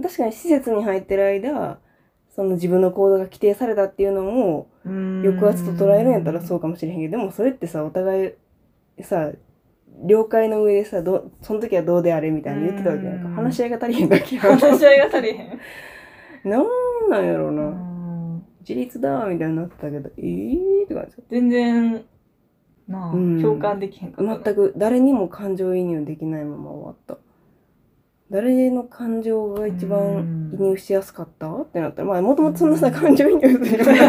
[SPEAKER 1] 確かに施設に入ってる間、その自分の行動が規定されたっていうのも抑
[SPEAKER 2] 抑
[SPEAKER 1] 圧と捉えるんやったらそううかもしれへんけど、でもそれってさ、お互いさ、了解の上でさ、どうその時はどうであれみたいな言ってたわけやんか。
[SPEAKER 2] うん
[SPEAKER 1] 話し合いが足りへんだけやん
[SPEAKER 2] 話し合いが足りへん
[SPEAKER 1] なんなんやろう
[SPEAKER 2] う
[SPEAKER 1] な。
[SPEAKER 2] ん
[SPEAKER 1] 自立だみたいになってたけど、えーって感じだっ
[SPEAKER 2] 全然なあ、
[SPEAKER 1] うん
[SPEAKER 2] 共感できへんかった
[SPEAKER 1] た。全く誰にも感情移入できないまま終わった。誰の感情が一番移入しやすかったってなったら、まあもともとそんなさ、
[SPEAKER 2] うん
[SPEAKER 1] 感情移入する
[SPEAKER 2] <laughs> そうや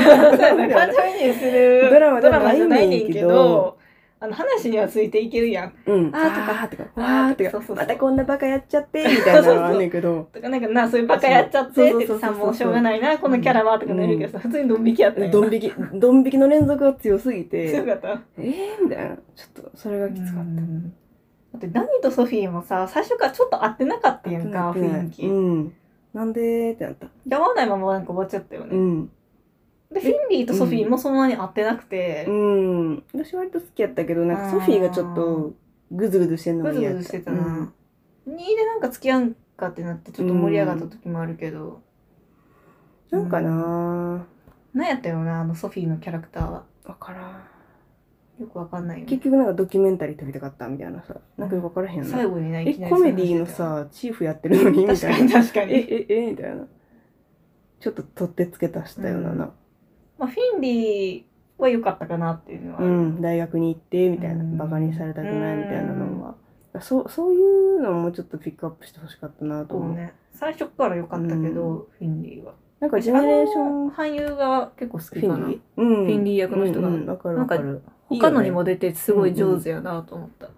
[SPEAKER 2] な感情移入する
[SPEAKER 1] ドラマで
[SPEAKER 2] ド
[SPEAKER 1] は
[SPEAKER 2] ラ
[SPEAKER 1] な
[SPEAKER 2] マ
[SPEAKER 1] い
[SPEAKER 2] じ
[SPEAKER 1] ねんけど
[SPEAKER 2] ゃないねんけど、あの話にはついていけるやん。
[SPEAKER 1] うん。
[SPEAKER 2] あーとか
[SPEAKER 1] あーとか、わーとか、
[SPEAKER 2] そうそうそう
[SPEAKER 1] またこんなバカやっちゃって、みたいなのはあんねんけど、
[SPEAKER 2] とかなんかな、そういうバカやっちゃってって
[SPEAKER 1] そうそうそうそう
[SPEAKER 2] さ、もうしょうがないな、このキャラはとかなるけどさ、普通にドン引きやったんやん。
[SPEAKER 1] ドン引き、ドン引きの連続が強すぎ
[SPEAKER 2] 強
[SPEAKER 1] て、
[SPEAKER 2] かった。
[SPEAKER 1] えーみたいな。ちょっと、それがきつかった。
[SPEAKER 2] だってダニとソフィーもさ、最初からちょっと合ってなかったやんか、雰囲気。
[SPEAKER 1] うん。なんでーってなった。
[SPEAKER 2] 合わないままなんか終わっちゃったよ
[SPEAKER 1] う
[SPEAKER 2] ね。
[SPEAKER 1] ん。
[SPEAKER 2] でフィンリーとソフィーもそんなに会ってなくて、
[SPEAKER 1] うん。私割と好きやったけど、なん
[SPEAKER 2] あ
[SPEAKER 1] か
[SPEAKER 2] ー
[SPEAKER 1] ソフィーがちょっとグズグズしてんの
[SPEAKER 2] ぐ
[SPEAKER 1] も
[SPEAKER 2] ず
[SPEAKER 1] 嫌や
[SPEAKER 2] ぐ
[SPEAKER 1] った。
[SPEAKER 2] ずしてたな、にでなんか付き合うんかってなってちょっと盛り上がった時もあるけど、
[SPEAKER 1] うん。なんかな
[SPEAKER 2] なんやったよなあのソフィーのキャラクターは
[SPEAKER 1] わからん。
[SPEAKER 2] よくわかんないよね
[SPEAKER 1] 結局なんかドキュメンタリー撮りたかったみたいなさ。なんかよくわからへんよ
[SPEAKER 2] 最
[SPEAKER 1] な。
[SPEAKER 2] 後にない
[SPEAKER 1] え、
[SPEAKER 2] きなり
[SPEAKER 1] コメディのさ、チーフやってるのにみ
[SPEAKER 2] 確
[SPEAKER 1] た
[SPEAKER 2] か
[SPEAKER 1] い
[SPEAKER 2] に
[SPEAKER 1] な。
[SPEAKER 2] 確か
[SPEAKER 1] え、
[SPEAKER 2] に
[SPEAKER 1] え、え、みたいな。ちょっと取ってつけ足したようなな。
[SPEAKER 2] まあ、フィンリーは良かったかなっていうのはあ
[SPEAKER 1] う
[SPEAKER 2] る、
[SPEAKER 1] ん、大学に行ってみたいな、
[SPEAKER 2] うん
[SPEAKER 1] バカにされたくないみたいなのは、そうそういうのもちょっとピックアップしてほしかったなと
[SPEAKER 2] そう
[SPEAKER 1] 思う。
[SPEAKER 2] ね最初から良かったけど、フィンリーは
[SPEAKER 1] なんかジェネレーション
[SPEAKER 2] あの俳優が結構好
[SPEAKER 1] フ
[SPEAKER 2] き
[SPEAKER 1] ィ
[SPEAKER 2] か
[SPEAKER 1] ン
[SPEAKER 2] な
[SPEAKER 1] リー、うん、
[SPEAKER 2] フィンリー役の人が
[SPEAKER 1] うんうんわかるわかる。
[SPEAKER 2] 他のにも出てすごい上手やなと思った、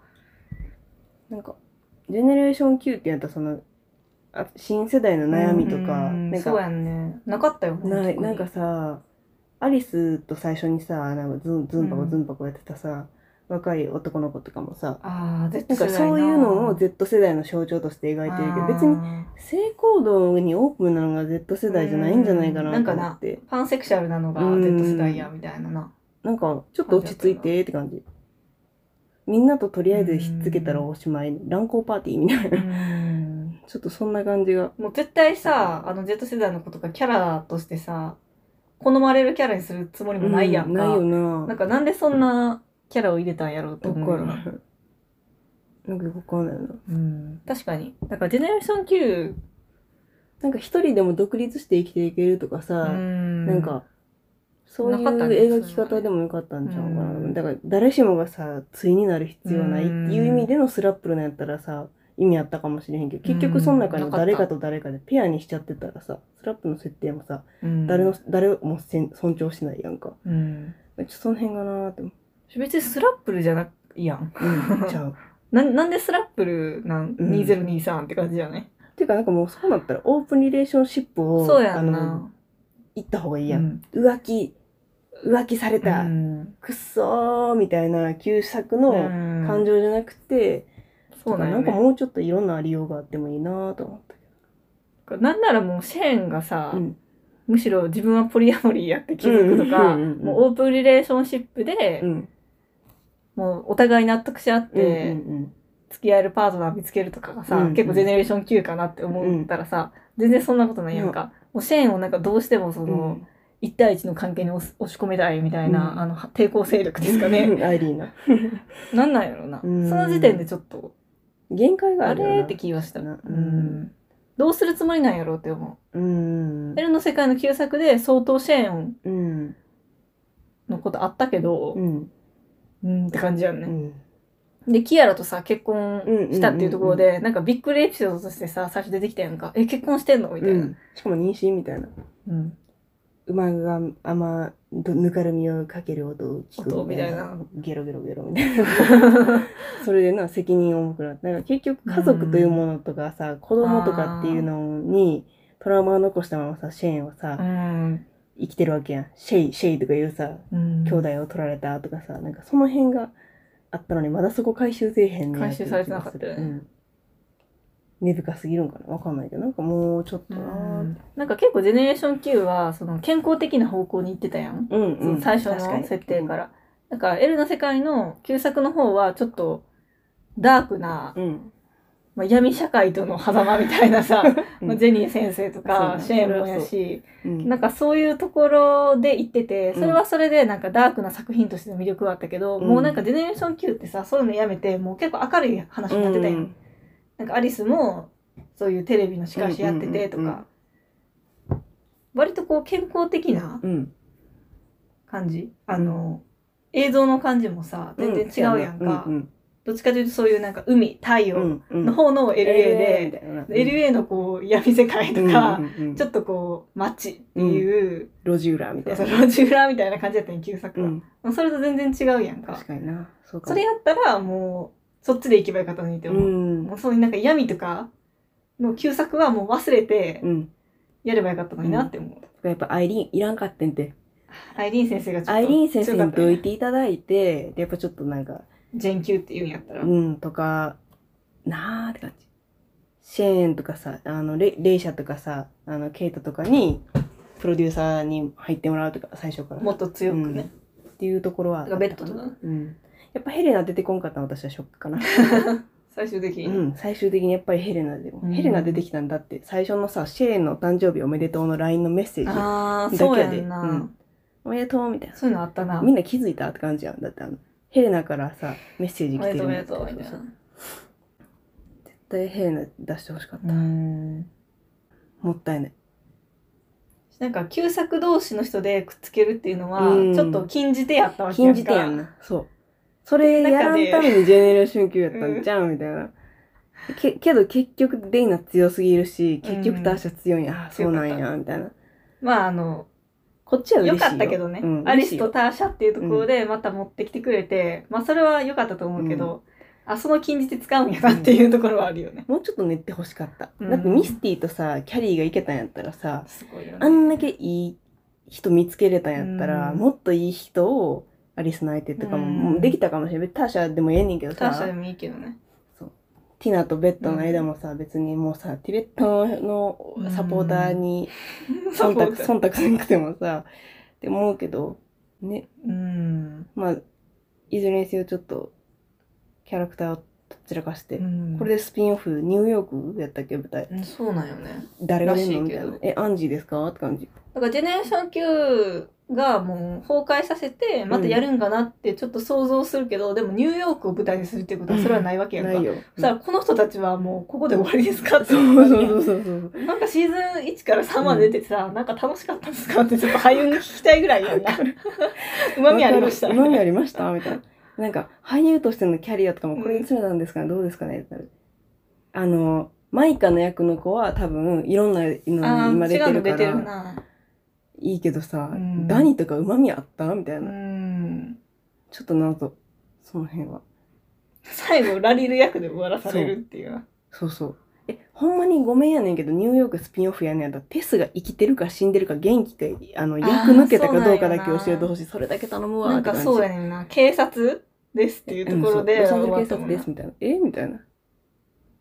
[SPEAKER 1] なんかジェネレーション Q ってやったらそのあ新世代の悩みとか、
[SPEAKER 2] うん
[SPEAKER 1] なん
[SPEAKER 2] そうや
[SPEAKER 1] か
[SPEAKER 2] んねなかったよね
[SPEAKER 1] ない
[SPEAKER 2] 特に
[SPEAKER 1] なんかさアリスと最初にさなんかズンズンパコ
[SPEAKER 2] うん
[SPEAKER 1] ズンパコやってたさ、若い男の子とかもさ
[SPEAKER 2] ああ絶
[SPEAKER 1] なん
[SPEAKER 2] 対
[SPEAKER 1] かそういうのを Z 世代の象徴として描いてるけど別に性行動にオープンなのが Z 世代じゃないんじゃないかなと思って、
[SPEAKER 2] パンセクシャルなのが
[SPEAKER 1] うん
[SPEAKER 2] Z 世代やみたいなな
[SPEAKER 1] なんかちょっと落ち着いてって感じみんなととりあえずひっつけたらおしまい乱交パーティーみたいな <laughs> ちょっとそんな感じが
[SPEAKER 2] もう絶対さあの Z 世代の子とかキャラとしてさ好まれるキャラにするつもりもないやんか、
[SPEAKER 1] うんないよ
[SPEAKER 2] なん
[SPEAKER 1] な
[SPEAKER 2] かなんでそんなキャラを入れたんやろうと
[SPEAKER 1] だ
[SPEAKER 2] 思う
[SPEAKER 1] から
[SPEAKER 2] よ
[SPEAKER 1] ん
[SPEAKER 2] な、
[SPEAKER 1] なんかよくわかんないな
[SPEAKER 2] うん、確かにだからジェネレーション Q
[SPEAKER 1] なんか一人でも独立して生きていけるとかさ、
[SPEAKER 2] な
[SPEAKER 1] なんかそういう
[SPEAKER 2] なかったね
[SPEAKER 1] 描き方でもよかったんちゃうかな、
[SPEAKER 2] うん
[SPEAKER 1] だから誰しもがさ対になる必要ないっていう意味でのスラップルなんやったらさ意味あったかもしれへんけど結局その中
[SPEAKER 2] う
[SPEAKER 1] の
[SPEAKER 2] んなかった
[SPEAKER 1] 誰かと誰かでペアにしちゃってたらさスラップの設定もさ誰の、誰もせん尊重しないやんか
[SPEAKER 2] うん、
[SPEAKER 1] ちょっとその辺がなーって思
[SPEAKER 2] 別にスラップルじゃなくやん
[SPEAKER 1] う、うん、ちゃう
[SPEAKER 2] ななんでスラップルなん
[SPEAKER 1] うん
[SPEAKER 2] 2023って感じじゃない、
[SPEAKER 1] ていうかなんかもうそうなったらオープンリレーションシップを
[SPEAKER 2] そうや
[SPEAKER 1] あ
[SPEAKER 2] ん
[SPEAKER 1] の
[SPEAKER 2] な
[SPEAKER 1] 行った方がい
[SPEAKER 2] い
[SPEAKER 1] いやん、浮気浮気された、
[SPEAKER 2] うん
[SPEAKER 1] くっそーみたいな旧作の、感
[SPEAKER 2] 感
[SPEAKER 1] 情じゃなくて、
[SPEAKER 2] そうなん
[SPEAKER 1] な
[SPEAKER 2] よ
[SPEAKER 1] んか
[SPEAKER 2] ね
[SPEAKER 1] もうちょっといろんなありようがあってもいいなぁと思ったけ
[SPEAKER 2] なんならもうシェーンがさ、
[SPEAKER 1] ど。ん。
[SPEAKER 2] むしろ自分はポリアモリーやって気づくとか、
[SPEAKER 1] うんうんうんうん
[SPEAKER 2] もうオープンリレーションシップで、
[SPEAKER 1] うん。
[SPEAKER 2] もうお互い納得し合って、
[SPEAKER 1] うん
[SPEAKER 2] 付き合えるパートナー見つけるとかがさ、
[SPEAKER 1] うんうん
[SPEAKER 2] 結構ジェネレーション級かなって思ったらさ、全然そんなことないやんか、もうシェーンをなんかどうしてもそ
[SPEAKER 1] うん
[SPEAKER 2] の、1対1の関係に押す押し込めたいみたいな、
[SPEAKER 1] うん
[SPEAKER 2] あの抵抗勢力です
[SPEAKER 1] <laughs>
[SPEAKER 2] かね、
[SPEAKER 1] うん。アイリーナ。
[SPEAKER 2] なんなんやろな、
[SPEAKER 1] うん
[SPEAKER 2] その時点でちょっと
[SPEAKER 1] 限界が
[SPEAKER 2] あ
[SPEAKER 1] あるよな。
[SPEAKER 2] れって気がした、
[SPEAKER 1] うん
[SPEAKER 2] うんどうするつもりなんやろうって思
[SPEAKER 1] うん
[SPEAKER 2] う。L の世界の旧作で相当シェーン
[SPEAKER 1] うん。
[SPEAKER 2] のことあったけど
[SPEAKER 1] う、ん。
[SPEAKER 2] うんって感じやん
[SPEAKER 1] う
[SPEAKER 2] ね、
[SPEAKER 1] ん。
[SPEAKER 2] でキアラとさ結婚したっていうところで、
[SPEAKER 1] う
[SPEAKER 2] なんかびっくりエピソードとしてさ最初出てきたやんかえ結婚してんのみたいな、
[SPEAKER 1] しかも妊娠みたいな。 <laughs>
[SPEAKER 2] うん
[SPEAKER 1] 馬があまどぬかるみをかける音を聞く
[SPEAKER 2] 音みたいな。
[SPEAKER 1] ゲロゲロゲロみたいな。 <laughs> それでな、責任重くなって。なんか結局家族というものとかさ、子供とかっていうのに、トラウマを残したままさ、シェーンはさ、
[SPEAKER 2] うん
[SPEAKER 1] 生きてるわけやん。シェイ、シェイとかいうさ、
[SPEAKER 2] うん
[SPEAKER 1] 兄弟を取られたとかさ、なんかその辺があったのに、まだそこ回収せえへんねや
[SPEAKER 2] 回収されてなかったよね
[SPEAKER 1] うん根深すぎるんかなわかんないけど、なんかもうちょっとなーって
[SPEAKER 2] なんか結構ジェネレーション Q はその健康的な方向に行ってたやん、
[SPEAKER 1] うん
[SPEAKER 2] その最初
[SPEAKER 1] 確に
[SPEAKER 2] の設定から。なんか L の世界の旧作の方はちょっとダークな、
[SPEAKER 1] うん。
[SPEAKER 2] まあ、闇社会との狭間みたい
[SPEAKER 1] <laughs>
[SPEAKER 2] なさ、
[SPEAKER 1] うん
[SPEAKER 2] まあジェニー先生とか
[SPEAKER 1] そう
[SPEAKER 2] シ
[SPEAKER 1] だね
[SPEAKER 2] ェーンもやし、
[SPEAKER 1] うん
[SPEAKER 2] なんかそういうところで行って
[SPEAKER 1] う
[SPEAKER 2] て、
[SPEAKER 1] ん
[SPEAKER 2] それはそれでなんかダークな作品としての魅力はあったけど、
[SPEAKER 1] うん
[SPEAKER 2] もうなんかジェネレーション Q ってさ、そういうのやめて、もう結構明るい話になってたやん。
[SPEAKER 1] うん
[SPEAKER 2] なんかアリスもそういうテレビの司会しやっててと
[SPEAKER 1] うんうんうんう
[SPEAKER 2] か、割とこう健康的な、
[SPEAKER 1] うん。
[SPEAKER 2] 感じあの、映像の感じもさ全然違うやんか、
[SPEAKER 1] うん
[SPEAKER 2] どっちかというとそういうなんか海太
[SPEAKER 1] う
[SPEAKER 2] 陽
[SPEAKER 1] んうん。
[SPEAKER 2] の方の LA
[SPEAKER 1] みた
[SPEAKER 2] で、
[SPEAKER 1] いな、
[SPEAKER 2] LA のこう闇世界とか、 <laughs> ち
[SPEAKER 1] ょ
[SPEAKER 2] ょ
[SPEAKER 1] っ
[SPEAKER 2] っとこう街っていう、
[SPEAKER 1] と路地裏みたい
[SPEAKER 2] そ
[SPEAKER 1] な。
[SPEAKER 2] の路地裏みたいな感じやったんや旧作
[SPEAKER 1] う
[SPEAKER 2] は、
[SPEAKER 1] ん。
[SPEAKER 2] それと全然違うやんか
[SPEAKER 1] 確かにな。そうか
[SPEAKER 2] そ
[SPEAKER 1] も
[SPEAKER 2] れやったらもうそっちで行けばよかったのにって
[SPEAKER 1] う
[SPEAKER 2] 思う、
[SPEAKER 1] ん
[SPEAKER 2] も。うそういうなんか闇とかの旧作はもう忘れて
[SPEAKER 1] うん。
[SPEAKER 2] やればよかったのになって思う、
[SPEAKER 1] やっぱアイリーンいらんかってんて。
[SPEAKER 2] アイリーン先生がちょっと
[SPEAKER 1] アイリーン先生
[SPEAKER 2] 強か
[SPEAKER 1] に
[SPEAKER 2] ったよ
[SPEAKER 1] ど
[SPEAKER 2] ね
[SPEAKER 1] いていただいて、でやっぱちょっとなんか、
[SPEAKER 2] ジェン Q って言うんやったら、
[SPEAKER 1] うん、とか、なーって感じ。シェーンとかさ、あの、レレイシャとかさ、あの、ケイトとかに、プロデューサーに入ってもらうとか、最初から。
[SPEAKER 2] もっと強く
[SPEAKER 1] うん
[SPEAKER 2] ね。
[SPEAKER 1] っていうところは。
[SPEAKER 2] だからベッドとかね
[SPEAKER 1] うん。やっぱヘレナ出てこんかったの私はショックかな。
[SPEAKER 2] 最終的に。
[SPEAKER 1] うん、最終的にやっぱりヘレナでも、
[SPEAKER 2] うん
[SPEAKER 1] ヘレナ出てきたんだって最初のさシェーンの誕生日おめでとうの LINE のメッセージ
[SPEAKER 2] ああ、
[SPEAKER 1] だけや
[SPEAKER 2] そう
[SPEAKER 1] で
[SPEAKER 2] やんな、
[SPEAKER 1] うんおめでとうみたい
[SPEAKER 2] そういうのあったな。
[SPEAKER 1] なみんな気づいたって感じやんだってあのヘレナからさメッセージ
[SPEAKER 2] お
[SPEAKER 1] 来
[SPEAKER 2] め
[SPEAKER 1] て
[SPEAKER 2] で
[SPEAKER 1] る
[SPEAKER 2] とうお
[SPEAKER 1] ん
[SPEAKER 2] め
[SPEAKER 1] だ
[SPEAKER 2] でとうみたい
[SPEAKER 1] 絶
[SPEAKER 2] な。
[SPEAKER 1] 対ヘレナ出してほしかった、
[SPEAKER 2] うん。
[SPEAKER 1] もったいない
[SPEAKER 2] なんか旧作同士の人でくっつけるっていうのは、
[SPEAKER 1] うん
[SPEAKER 2] ちょっと禁じ手やったわけ
[SPEAKER 1] 禁じ
[SPEAKER 2] か
[SPEAKER 1] てやんなそうそれやらんためにジェネレーション級やったんちゃう、みたいなけけど結局デイナ強すぎるし結局ターシャ強いんや、あそうなん
[SPEAKER 2] 強
[SPEAKER 1] やみたいな
[SPEAKER 2] まああの
[SPEAKER 1] こっちは嬉
[SPEAKER 2] 良
[SPEAKER 1] しいよ
[SPEAKER 2] かったけどね、
[SPEAKER 1] うん
[SPEAKER 2] アリスと
[SPEAKER 1] 嬉し
[SPEAKER 2] ターシャっていうところでまた持ってきてくれて、まあそれは良かったと思うけど、あその禁じ手使うんやなっていうところはあるよね、
[SPEAKER 1] いよもうちょっと寝てほしかった、
[SPEAKER 2] うん
[SPEAKER 1] だってミスティとさキャリーがいけたんやったらさ
[SPEAKER 2] すごいよね
[SPEAKER 1] あんだけいい人見つけれたんやったら、
[SPEAKER 2] うん
[SPEAKER 1] もっといい人をアリスの相手とかも,、
[SPEAKER 2] うん
[SPEAKER 1] もうできたかもしれないターシャでもええねんけど
[SPEAKER 2] タ
[SPEAKER 1] さ
[SPEAKER 2] ーシャでもいいけどね
[SPEAKER 1] ティナとベッドの間もさ、別にもうさティベットのサポーターに忖度
[SPEAKER 2] <laughs> そ
[SPEAKER 1] 忖度せなくてもさって思うけどね
[SPEAKER 2] うん、
[SPEAKER 1] まあいずれにせよちょっとキャラクターをとっちらかして、
[SPEAKER 2] うん、
[SPEAKER 1] これでスピンオフニューヨークやったっけ舞台
[SPEAKER 2] うんそうなんよね
[SPEAKER 1] 誰が出んの
[SPEAKER 2] らし
[SPEAKER 1] み
[SPEAKER 2] い
[SPEAKER 1] た
[SPEAKER 2] け
[SPEAKER 1] い
[SPEAKER 2] ど
[SPEAKER 1] な「えアンジーですか?」って感じ
[SPEAKER 2] だからジェネレーション級がもう崩壊させてまたやるんかなってちょっと想像するけど、でもニューヨークを舞台にするっていうことはそれはないわけやんか、
[SPEAKER 1] ないよ
[SPEAKER 2] そしたらこの人たちはもうここで終わりですかって
[SPEAKER 1] そ
[SPEAKER 2] 思
[SPEAKER 1] う
[SPEAKER 2] うわ
[SPEAKER 1] そ
[SPEAKER 2] け
[SPEAKER 1] う
[SPEAKER 2] やん
[SPEAKER 1] そうそうそう
[SPEAKER 2] なんかシーズン1から3まで出ててさ、なんか楽しかったんですかってちょっと俳優に聞きたいぐらいやん
[SPEAKER 1] <laughs>
[SPEAKER 2] な。うまみありました。
[SPEAKER 1] うまみありましたみたいな。なんか、俳優としてのキャリアとかもこれに詰めたんですかね、どうですかねってなるあの、マイカの役の子は多分、いろんなのに
[SPEAKER 2] あー
[SPEAKER 1] 今出て
[SPEAKER 2] 違う
[SPEAKER 1] る
[SPEAKER 2] の
[SPEAKER 1] か
[SPEAKER 2] 出てる
[SPEAKER 1] ら、
[SPEAKER 2] な。
[SPEAKER 1] いいけどさ、
[SPEAKER 2] うん
[SPEAKER 1] ダニとかうまみあったみたいうな。
[SPEAKER 2] ん。
[SPEAKER 1] ちょっと謎。その辺は。
[SPEAKER 2] 最後、ラリル役で終わらされるっていう。
[SPEAKER 1] そうそう。え、ほんまにごめんやねんけど、ニューヨークスピンオフやねんやったら、テスが生きてるか死んでるか元気か、あの、役抜けたかどうかだけ教えてほしい。それだけ頼むわ。
[SPEAKER 2] なんかそう
[SPEAKER 1] や
[SPEAKER 2] やねんな。警察ですっていうところで
[SPEAKER 1] ロサンゼ
[SPEAKER 2] 終
[SPEAKER 1] ル
[SPEAKER 2] わ
[SPEAKER 1] 警
[SPEAKER 2] ったも
[SPEAKER 1] 察です。み
[SPEAKER 2] んな
[SPEAKER 1] たいな。えみたいな。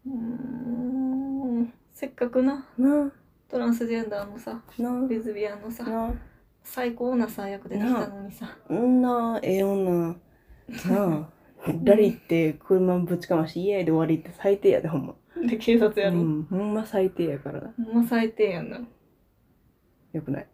[SPEAKER 2] うーんせっかくな、
[SPEAKER 1] な
[SPEAKER 2] トランスジェンダーのさ、
[SPEAKER 1] あ、な
[SPEAKER 2] レズビアンのさ
[SPEAKER 1] あ、、なあ。
[SPEAKER 2] 最高なさ役で出てきたのにさ。
[SPEAKER 1] 女、ええ女。
[SPEAKER 2] <laughs>
[SPEAKER 1] なあ。ラリーって車ぶちかまして、イエーイで終わりって最低 <laughs> やで、ほんま。
[SPEAKER 2] で、警察や
[SPEAKER 1] う
[SPEAKER 2] ろ。
[SPEAKER 1] ん、ほんま最低やから。
[SPEAKER 2] もう最低やんな。
[SPEAKER 1] よくない。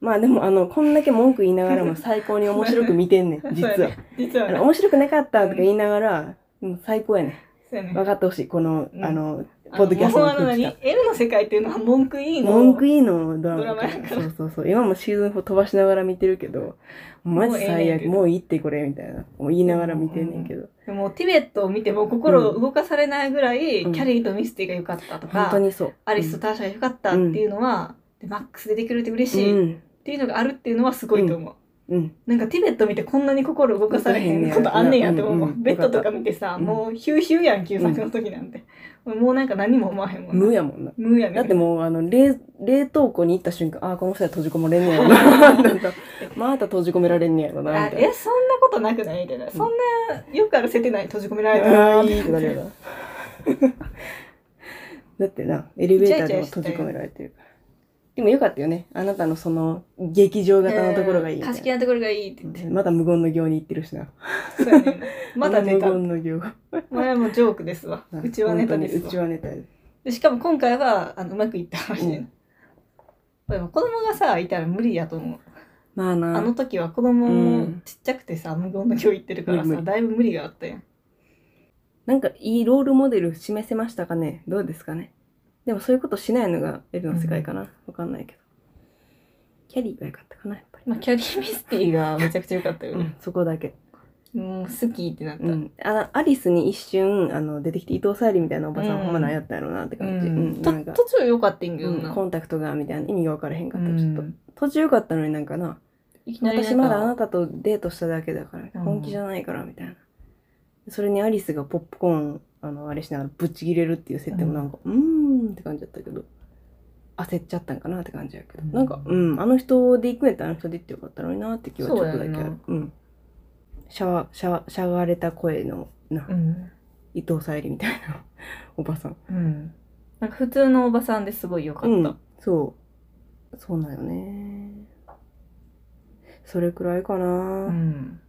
[SPEAKER 1] まあでも、あの、こんだけ文句言いながらも最高に面白く見てんねん、実
[SPEAKER 2] <laughs> そうや
[SPEAKER 1] は
[SPEAKER 2] ね。。実は
[SPEAKER 1] あ
[SPEAKER 2] ね
[SPEAKER 1] の、。面白くなかったとか言いながら、うん最高やね
[SPEAKER 2] そうやね
[SPEAKER 1] ん。分かってほしい。この、
[SPEAKER 2] うん
[SPEAKER 1] あの、
[SPEAKER 2] あの
[SPEAKER 1] ポッドキャストの
[SPEAKER 2] もうあの
[SPEAKER 1] 空気
[SPEAKER 2] 何
[SPEAKER 1] 感。
[SPEAKER 2] L の世界っていうのは文句いいの
[SPEAKER 1] 文句いいのドラマ
[SPEAKER 2] ドラマやから
[SPEAKER 1] そうそうそう今もシーズン4飛ばしながら見てるけどマジ最悪
[SPEAKER 2] もうええねんけど
[SPEAKER 1] もういいってこれみたいなもう言いながら見てんねんけど、
[SPEAKER 2] でもティベットを見ても心を動かされないぐらい、
[SPEAKER 1] うん
[SPEAKER 2] キャリーとミスティが良かったと
[SPEAKER 1] 本
[SPEAKER 2] か、
[SPEAKER 1] 当にそう
[SPEAKER 2] アリスとターシャが良かったっていうのは、でマックス出てくれて嬉し
[SPEAKER 1] う
[SPEAKER 2] いっ
[SPEAKER 1] ん
[SPEAKER 2] ていうのがあるっていうのはすごいと思う。
[SPEAKER 1] うん
[SPEAKER 2] なんかティベット見てこんなに心動かされへんことあんねんやって思う。
[SPEAKER 1] うん
[SPEAKER 2] ベッドとか見てさ、
[SPEAKER 1] うん
[SPEAKER 2] もうヒューヒューやん、旧作の時なんて。もうなんか何も思わへんもん
[SPEAKER 1] 無
[SPEAKER 2] な。
[SPEAKER 1] やもんな
[SPEAKER 2] 無やね
[SPEAKER 1] だって
[SPEAKER 2] も
[SPEAKER 1] もうあの冷冷凍庫に行った瞬間ああこの人は閉じ込まれんねやろ
[SPEAKER 2] <laughs>
[SPEAKER 1] ななんかまた閉じ込められんねやろなみたい
[SPEAKER 2] え、そんなことなくないみたいな。そんな、よくある設定ない閉じ込められた
[SPEAKER 1] なあ
[SPEAKER 2] な
[SPEAKER 1] あー
[SPEAKER 2] ーっ
[SPEAKER 1] い
[SPEAKER 2] て
[SPEAKER 1] いってなるよなだってなエレベーターでも
[SPEAKER 2] イチャ
[SPEAKER 1] 閉
[SPEAKER 2] イ
[SPEAKER 1] じ
[SPEAKER 2] チャして
[SPEAKER 1] 込められてるからでもよかったよねあなたのその劇場型のところがいいみたい
[SPEAKER 2] 貸
[SPEAKER 1] な
[SPEAKER 2] し切りのところがいいって言って。
[SPEAKER 1] また無言の行に行ってるしな。
[SPEAKER 2] そうや
[SPEAKER 1] <laughs>
[SPEAKER 2] ねんな。まだネタ
[SPEAKER 1] 無。言の行。
[SPEAKER 2] 前もジョークですわ。うちはネタ
[SPEAKER 1] 本
[SPEAKER 2] で
[SPEAKER 1] 当に
[SPEAKER 2] す
[SPEAKER 1] うち
[SPEAKER 2] わ。
[SPEAKER 1] はネタです。
[SPEAKER 2] でしかも今回はあのうまくいった話で、でも子供がさいたら無理やと思う。
[SPEAKER 1] まあな。
[SPEAKER 2] あの時は子供
[SPEAKER 1] う
[SPEAKER 2] も
[SPEAKER 1] ん
[SPEAKER 2] ちっちゃくてさ、無言の教行ってるから
[SPEAKER 1] 無理無
[SPEAKER 2] さ、
[SPEAKER 1] 理
[SPEAKER 2] だいぶ無理があったやん。
[SPEAKER 1] なんかいいロールモデル示せましたかねどうですかねでもそういうことしないのがエルの世界かな、わかんないけど。キャリーが良かったかなやっぱり。
[SPEAKER 2] まあ、キャリーミスティがめちゃくちゃ良かったよ
[SPEAKER 1] う
[SPEAKER 2] ね。
[SPEAKER 1] ん、そこだけ。
[SPEAKER 2] もう好きってなった。
[SPEAKER 1] うん。あアリスに一瞬、あの、出てきて伊藤沙莉みたいなおばさん、
[SPEAKER 2] うん
[SPEAKER 1] ほんまなんやったんやろうなって感じ。
[SPEAKER 2] う
[SPEAKER 1] うんん。
[SPEAKER 2] と
[SPEAKER 1] なんか、
[SPEAKER 2] 途中良かったんやけど
[SPEAKER 1] うん
[SPEAKER 2] な。
[SPEAKER 1] コンタクトがみたいな意味が分からへんかった。
[SPEAKER 2] うん
[SPEAKER 1] ちょっと。途中良かったのになんかな、
[SPEAKER 2] いきなり
[SPEAKER 1] 私
[SPEAKER 2] な
[SPEAKER 1] ま
[SPEAKER 2] んか
[SPEAKER 1] だあなたとデートしただけだから、
[SPEAKER 2] うん
[SPEAKER 1] 本気じゃないからみたいなそれにアリスがポップコーンあのあれしながらぶっちぎれるっていう設定もなんかうーんって感じだったけど焦っちゃったんかなって感じやけど、
[SPEAKER 2] うん
[SPEAKER 1] なんかうんあの人で行くんやったらあの人で行ってよかったのになって気はちょっとだけあ
[SPEAKER 2] そうやんな
[SPEAKER 1] るうんしゃわしゃわしゃがれた声のな、
[SPEAKER 2] うん。
[SPEAKER 1] 伊藤沙莉みたいなおばさん
[SPEAKER 2] うん。なんか普通のおばさんですごい良かった。
[SPEAKER 1] うん、そうそうなのね。それくらいかな、
[SPEAKER 2] うん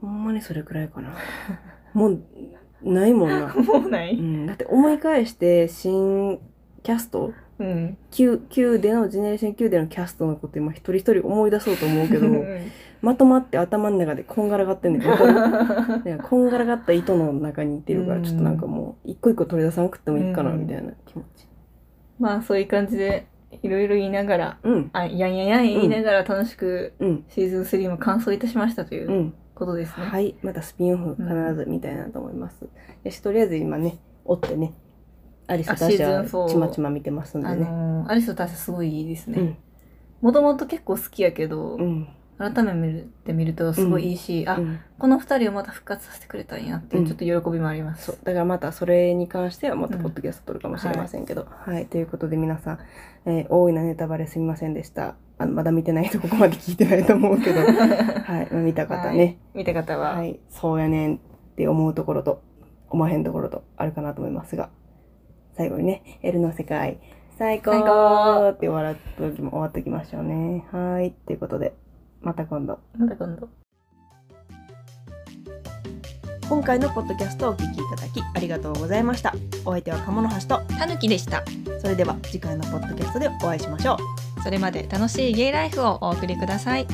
[SPEAKER 1] ほんまにそれくらいかな。もう、ないもん
[SPEAKER 2] <laughs>
[SPEAKER 1] な。
[SPEAKER 2] もうな
[SPEAKER 1] う
[SPEAKER 2] い
[SPEAKER 1] ん、だって思い返して、新キャスト
[SPEAKER 2] うん
[SPEAKER 1] 旧旧でのジェネレーション旧でのキャストのこと今一人一人思い出そうと思うけど
[SPEAKER 2] うん
[SPEAKER 1] まとまって頭の中でこんがらがってんねんけど
[SPEAKER 2] <laughs>
[SPEAKER 1] だからこんがらがった糸の中にいてるか
[SPEAKER 2] う
[SPEAKER 1] ら
[SPEAKER 2] ん
[SPEAKER 1] ちょっとなんかもう一個一個取り出さなくてもいいかな
[SPEAKER 2] うん
[SPEAKER 1] みたいな気持ち
[SPEAKER 2] まあそういう感じでいろいろ言いながら
[SPEAKER 1] うん
[SPEAKER 2] あやんやんやん言いながら楽しく
[SPEAKER 1] うん
[SPEAKER 2] シーズン3も完走いたしましたといううんことですね、
[SPEAKER 1] はいまたスピンオフ必ずみたいなと思いますよしとりあえず今ね追ってねアリサたち
[SPEAKER 2] あシー
[SPEAKER 1] は
[SPEAKER 2] ズン4
[SPEAKER 1] ちまちま見てますんで
[SPEAKER 2] あ
[SPEAKER 1] ね
[SPEAKER 2] のーアリスと大佐すごいいいです
[SPEAKER 1] う
[SPEAKER 2] ね
[SPEAKER 1] ん
[SPEAKER 2] もともと結構好きやけど、
[SPEAKER 1] うん
[SPEAKER 2] 改めて見るって見るとすごいいいし、あ、
[SPEAKER 1] うん
[SPEAKER 2] この二人をまた復活させてくれたんやっていう
[SPEAKER 1] うん
[SPEAKER 2] ちょっと喜びもあります、 <laughs>
[SPEAKER 1] そう <laughs> だからまたそれに関してはまた
[SPEAKER 2] うん
[SPEAKER 1] ポッドキャスト撮るかもしれませんけど、はい、ということで皆さん、えー大いなネタバレすみませんでしたあのまだ見てない人ここまで聞いてないと思う
[SPEAKER 2] <laughs>
[SPEAKER 1] けど、はい、まあ見た方ね、
[SPEAKER 2] 見た方
[SPEAKER 1] はい
[SPEAKER 2] は、
[SPEAKER 1] そうやねんって思うところと思わへんところとあるかなと思いますが最後にね「L の世界最高!」
[SPEAKER 2] 最高
[SPEAKER 1] って笑っときも終わっときましょうねはいということでまた今度。
[SPEAKER 2] また今度
[SPEAKER 1] 今回のポッドキャストをお聞きいただきありがとうございました。お相手は鴨の橋と
[SPEAKER 4] たぬきでした
[SPEAKER 1] それでは次回のポッドキャストでお会いしましょう。
[SPEAKER 4] それまで楽しいゲイライフをお送りください